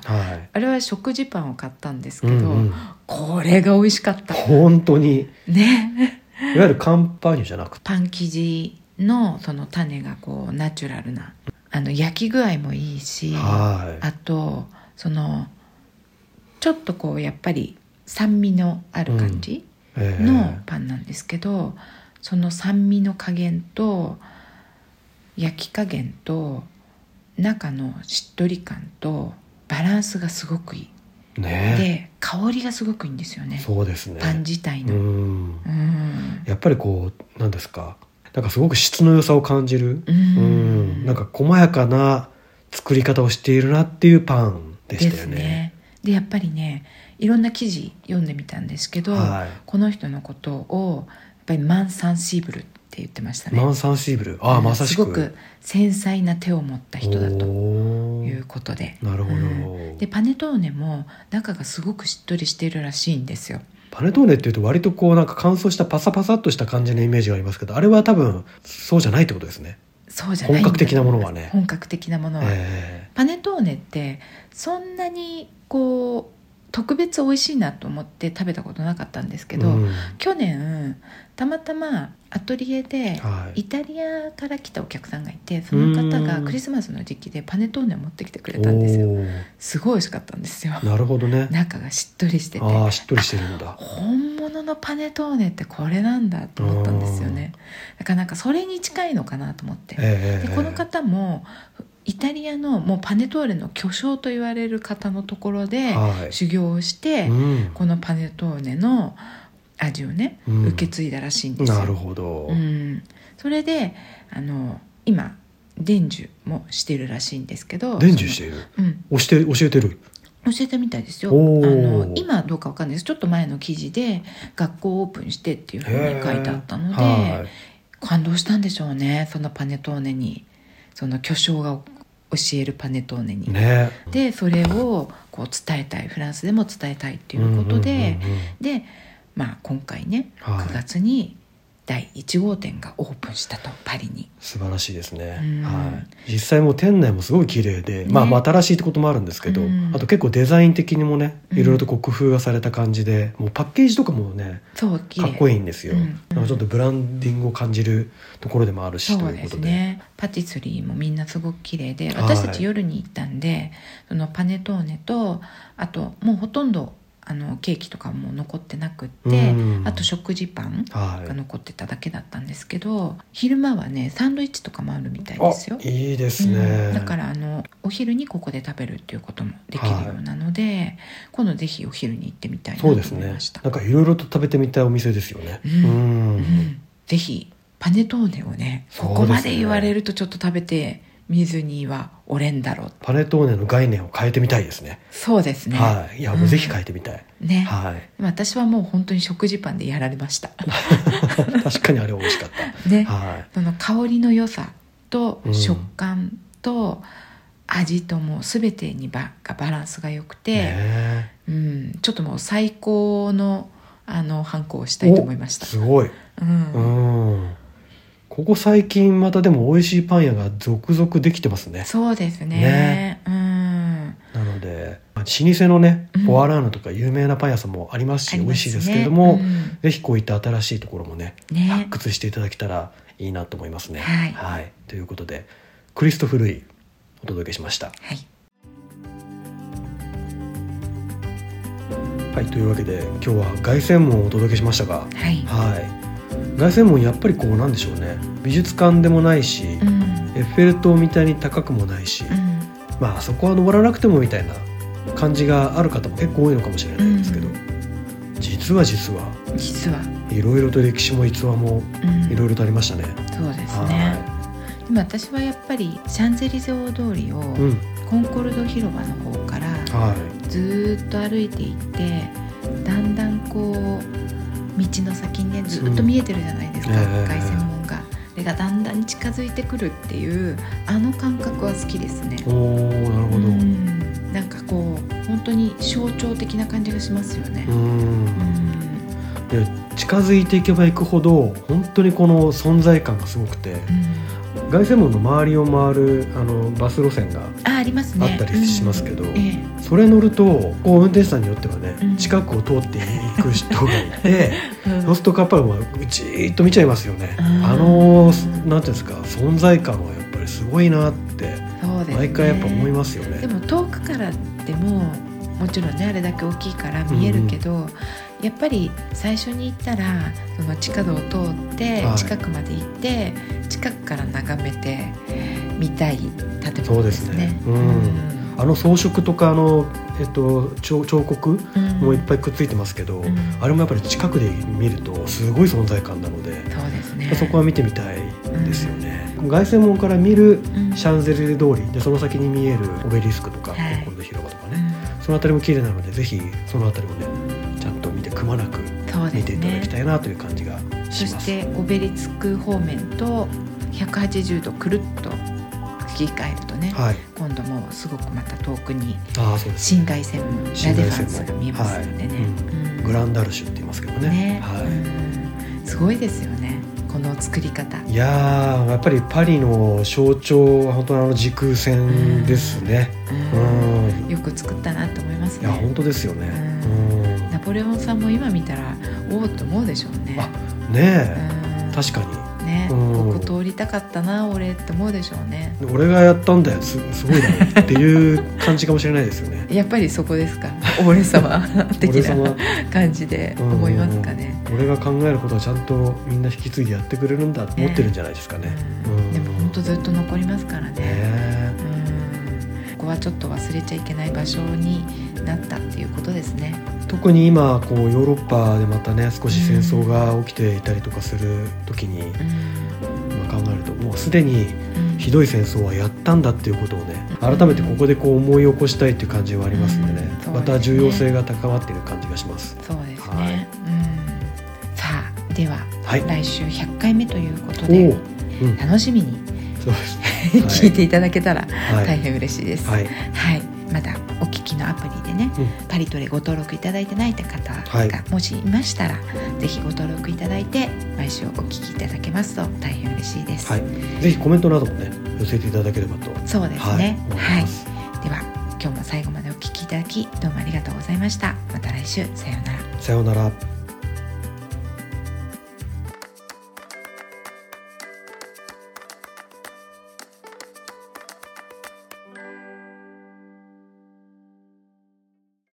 Speaker 2: はい
Speaker 1: あれは食事パンを買ったんですけ
Speaker 2: う
Speaker 1: ど、
Speaker 2: んうん、
Speaker 1: これが美味しかった
Speaker 2: 本当に
Speaker 1: ね
Speaker 2: いわゆるカンパーニュじゃなくて
Speaker 1: パン生地のその種がこうナチュラルなあの焼き具合もいいし、
Speaker 2: はい
Speaker 1: あとそのちょっとこうやっぱり酸味のある感じ
Speaker 2: ええ
Speaker 1: のパンなんですけど、その酸味の加減と焼き加減と中のしっとり感とバランスがすごくいい、で
Speaker 2: ね
Speaker 1: 香りがすごくいいんですよね
Speaker 2: そうですね
Speaker 1: パン自体
Speaker 2: う
Speaker 1: の、
Speaker 2: ん
Speaker 1: うん
Speaker 2: やっぱりこうなんですかなんかすごく質の良さを感じる、
Speaker 1: う
Speaker 2: うんなんか細やかな作り方をしているなっていうパンでしたよね。
Speaker 1: でやっぱりねいろんな記事読んでみたんですけど、
Speaker 2: はい
Speaker 1: この人のことをやっぱりマン・サン・シーブルっって言ってましたね
Speaker 2: マン・サンシーブルああまさしく
Speaker 1: すごく繊細な手を持った人だと
Speaker 2: おー
Speaker 1: いうことで
Speaker 2: なるほど、
Speaker 1: うんでパネトーネも中がすごくしっとりしているらしいんですよ
Speaker 2: パネトーネっていうと割とこうなんか乾燥したパサパサっとした感じのイメージがありますけどあれは多分そうじゃないってことですね、
Speaker 1: そうじゃないんだ
Speaker 2: 本格的なものはね
Speaker 1: 本格的なものは、
Speaker 2: え
Speaker 1: パネトーネってそんなにこう特別美味しいなと思って食べたことなかったんです
Speaker 2: え
Speaker 1: けど、
Speaker 2: うん
Speaker 1: 去年たまたまアトリエで
Speaker 2: はい
Speaker 1: イタリアから来たお客さんがいてその方が
Speaker 2: うん
Speaker 1: クリスマスの時期でパネトーネを持ってきてくれたんですよ
Speaker 2: おー
Speaker 1: すごい美味しかったんですよ
Speaker 2: なるほど ね
Speaker 1: 中がしっとりしてて
Speaker 2: ああしっとりしてるんだ
Speaker 1: 本物のパネトーネってこれなんだと思ったんですよねだからなんかそれに近いのかなと思って
Speaker 2: え え
Speaker 1: でこの方もイタリアのもうパネトーレの巨匠と言われる方のところで
Speaker 2: は
Speaker 1: 修行をして
Speaker 2: い、うん
Speaker 1: このパネトーネの味をね、
Speaker 2: うん
Speaker 1: 受け継いだらしいんですよ
Speaker 2: なるほど、
Speaker 1: うん、それであの今伝授もしてるらしいんですけど
Speaker 2: 伝授している
Speaker 1: そのうん
Speaker 2: 教えて教えてる
Speaker 1: 教えたみたいですよあ
Speaker 2: おー
Speaker 1: の今どうかわかんないですちょっと前の記事で「学校オープンして」っていうふうに書いてあったので、
Speaker 2: はい
Speaker 1: 感動したんでしょうねそのパネトーネにその巨匠が教えるパネトーネに。
Speaker 2: ね
Speaker 1: でそれをこう伝えたいフランスでも伝えたいっていうことで、
Speaker 2: うんうんうんうん
Speaker 1: で、まあ、今回ね
Speaker 2: はい
Speaker 1: 9月に第1号店がオープンしたとパリに。
Speaker 2: 素晴らしいですね、
Speaker 1: うん
Speaker 2: はい、実際もう店内もすごい綺麗で、
Speaker 1: ね
Speaker 2: まあまあ新しいってこともあるんですけど、
Speaker 1: うん
Speaker 2: あと結構デザイン的にもね
Speaker 1: うん
Speaker 2: いろいろとこう工夫がされた感じでもうパッケージとかもね
Speaker 1: そう綺
Speaker 2: か
Speaker 1: 麗
Speaker 2: っこいいんですよ、
Speaker 1: うん
Speaker 2: なんかちょっとブランディングを感じるところでもあるし
Speaker 1: そ
Speaker 2: と
Speaker 1: う
Speaker 2: いう
Speaker 1: で
Speaker 2: こ
Speaker 1: す
Speaker 2: とで
Speaker 1: ねパティスリーもみんなすごく綺麗で
Speaker 2: はい
Speaker 1: 私たち夜に行ったんで、そのパネトーネとあともうほとんどあのケーキとかも残ってなくって、
Speaker 2: うん
Speaker 1: あと食事パン
Speaker 2: はい
Speaker 1: が残ってただけだったんですけど昼間はねサンドイッチとかもあるみたいですよ
Speaker 2: あ。いいですね、
Speaker 1: うんだからあのお昼にここで食べるっていうこともできるようなので、今度ぜひお昼に行ってみたいなと
Speaker 2: そう
Speaker 1: 思
Speaker 2: です
Speaker 1: い
Speaker 2: ね
Speaker 1: ました。
Speaker 2: なんかいろいろと食べてみたいお店ですよね
Speaker 1: う
Speaker 2: うんん、
Speaker 1: うんぜひパネトーネをね
Speaker 2: そう
Speaker 1: こ
Speaker 2: ですね
Speaker 1: こまで言われるとちょっと食べて見ずにはおれんだろう
Speaker 2: パネトーネの概念を変えてみたいですね
Speaker 1: そうですね,、
Speaker 2: はいいやもうぜひ変えてみたい、
Speaker 1: ね
Speaker 2: はい
Speaker 1: 私はもう本当に食事パンでやられました
Speaker 2: 確かにあれ美味しかっ
Speaker 1: ね
Speaker 2: たはい
Speaker 1: その香りの良さと
Speaker 2: うん
Speaker 1: 食感と味ともう全てにばがバランスが良くて、
Speaker 2: ね
Speaker 1: うん、ちょっともう最高のあの反抗をし
Speaker 2: え
Speaker 1: たいと思いました
Speaker 2: おすごい
Speaker 1: うん
Speaker 2: うんここ最近またでも美味しいパン屋が続々できてますね
Speaker 1: そうですね
Speaker 2: ね
Speaker 1: うん
Speaker 2: なのでまあ老舗のね
Speaker 1: うん
Speaker 2: ポアラーノとか有名なパン屋さんもありますし、
Speaker 1: あり
Speaker 2: 美
Speaker 1: ま
Speaker 2: 味
Speaker 1: すね
Speaker 2: しいですけれども、
Speaker 1: うん
Speaker 2: ぜひこういった新しいところもね
Speaker 1: ね
Speaker 2: 発掘していただけたらいいなと思いますね
Speaker 1: はい
Speaker 2: ということでクリストフ・ルイお届けしました
Speaker 1: はい
Speaker 2: はいというわけで今日は凱旋門をお届けしましたが
Speaker 1: はい、
Speaker 2: はい凱旋門やっぱりこうなんでしょうね美術館でもないし、
Speaker 1: うん
Speaker 2: エッフェル塔みたいに高くもないし、まあそこは登らなくてもみたいな感じがある方も結構多いのかもしれないんですけど、
Speaker 1: う
Speaker 2: 実は実は
Speaker 1: うん、実は、
Speaker 2: いろいろと歴史も逸話も
Speaker 1: うん、
Speaker 2: いろいろとありましたね。
Speaker 1: そうですね
Speaker 2: は
Speaker 1: でも私はやっぱりシャンゼリゼ大通りを
Speaker 2: い、うん、
Speaker 1: コンコルド広場の方から
Speaker 2: は
Speaker 1: ずーっと歩いていってだんだんこう道の先にねずーっと見えてるじゃないですか、
Speaker 2: うんええ
Speaker 1: 凱旋門が。それがだんだん近づいてくるっていうあの感覚は好きですね。
Speaker 2: い、おお、なるほど。
Speaker 1: う
Speaker 2: うん
Speaker 1: なんかこう本当に象徴的な感じがしますよね。
Speaker 2: ん、で近づいていけばいくほど本当にこの存在感がすごくて、
Speaker 1: うん
Speaker 2: 凱旋門の周りを回るあのバス路線が
Speaker 1: あありますね。
Speaker 2: あったりしますけど
Speaker 1: うんえ
Speaker 2: それ乗るとこう運転手さんによってはね、
Speaker 1: うん
Speaker 2: 近くを通っていく人がいて。
Speaker 1: えうん
Speaker 2: そうするとやっぱりもうじーっと見ちゃいますよね。
Speaker 1: うん
Speaker 2: あのなんていうんですか存在感はやっぱりすごいなって
Speaker 1: そうですね
Speaker 2: 毎回やっぱ思いますよね。
Speaker 1: でも遠くからでももちろんねあれだけ大きいから見えるけど、やっぱり最初に行ったらその地下道を通って
Speaker 2: はい
Speaker 1: 近くまで行って、近くから眺めて見たい建
Speaker 2: そう
Speaker 1: 物
Speaker 2: で
Speaker 1: ですす
Speaker 2: ね
Speaker 1: ね。
Speaker 2: うんあの装飾とかあのえっと彫彫刻
Speaker 1: うん
Speaker 2: もいっぱいくっついてますけど、
Speaker 1: ん
Speaker 2: あれもやっぱり近くで見るとすごい存在感なので、
Speaker 1: そうですね。
Speaker 2: そこは見てみたいですよね。凱旋門から見る
Speaker 1: うん
Speaker 2: シャンゼリゼ通りでその先に見えるオベリスクとか、
Speaker 1: はい
Speaker 2: コンコルド広場とか
Speaker 1: う
Speaker 2: ね、
Speaker 1: ん
Speaker 2: そのあたりも綺麗なのでぜひそのあたりもねちゃんと見てくまなく
Speaker 1: そうで
Speaker 2: 見
Speaker 1: す
Speaker 2: ていただ
Speaker 1: ね
Speaker 2: き。たいなという感じが
Speaker 1: そ
Speaker 2: しま
Speaker 1: し
Speaker 2: す
Speaker 1: てオベリツク方面と180度くるっと吹き替えるとね、
Speaker 2: はい
Speaker 1: 今度もうすごくまた遠くに
Speaker 2: ああそうです
Speaker 1: 新外線もラデ
Speaker 2: 新
Speaker 1: フ
Speaker 2: 外
Speaker 1: ァン
Speaker 2: 線も
Speaker 1: スが見えますんでね、
Speaker 2: はい
Speaker 1: うん
Speaker 2: グランダルシュって言いますけどね
Speaker 1: ね
Speaker 2: は
Speaker 1: うんすごいですよねこの作り方
Speaker 2: い、いやーやっぱりパリの象徴は本当にあの時空線ですねう
Speaker 1: うん
Speaker 2: ん
Speaker 1: よく作ったなと思います
Speaker 2: いや本
Speaker 1: ね
Speaker 2: 当ですよね
Speaker 1: う
Speaker 2: うん
Speaker 1: ナポレオンさんも今見たらおおと思うでしょうね
Speaker 2: あね
Speaker 1: う
Speaker 2: え
Speaker 1: ん
Speaker 2: 確かに
Speaker 1: ね
Speaker 2: うん
Speaker 1: ここ通りたかったな俺って思うでしょうね
Speaker 2: 俺がやったんだよすすごいだろっていう感じかもしれないですよね
Speaker 1: やっぱりそこですか俺 様的
Speaker 2: 俺
Speaker 1: な
Speaker 2: 様
Speaker 1: 感じで思いますかね
Speaker 2: 俺が考えることはちゃんとみんな引き継いでやってくれるんだと思ってるんじゃないですかね。
Speaker 1: うんでも本当ずっと残りますから
Speaker 2: ね
Speaker 1: ね
Speaker 2: え
Speaker 1: うんここはちょっと忘れちゃいけない場所になったっていうことですね
Speaker 2: 特に今こうヨーロッパでまたね少し戦争が起きていたりとかする時に、
Speaker 1: うん
Speaker 2: まあ、考えるともうすでに
Speaker 1: うん
Speaker 2: ひどい戦争はやったんだっていうことをね
Speaker 1: うん
Speaker 2: 改めてここでこう思い起こしたいっていう感じはありますん
Speaker 1: う
Speaker 2: でね
Speaker 1: んそうですね
Speaker 2: また重要性が高まっている感じがします。
Speaker 1: そうですね、
Speaker 2: はい
Speaker 1: うんさあでは
Speaker 2: はい、
Speaker 1: 来週100回目ということ
Speaker 2: お
Speaker 1: で
Speaker 2: お、うん、
Speaker 1: 楽しみに
Speaker 2: そうです。
Speaker 1: 聞いていただけたら
Speaker 2: は
Speaker 1: 大
Speaker 2: い、
Speaker 1: 変嬉しいです、
Speaker 2: はい、
Speaker 1: はい、まだお聞きのアプリでね、
Speaker 2: うん
Speaker 1: パリトレご登録いただいてない方
Speaker 2: はい
Speaker 1: がもしいましたら、ぜひご登録いただいて毎週お聞きいただけますと大変嬉しいです。
Speaker 2: はい、ぜひコメントなどもね寄せていただければと、
Speaker 1: そうです
Speaker 2: はい
Speaker 1: ね、、
Speaker 2: 思い
Speaker 1: はい
Speaker 2: ま、す。
Speaker 1: では今日も最後までお聞きいただきどうもありがとうございました。また来週さようなら。
Speaker 2: さようなら。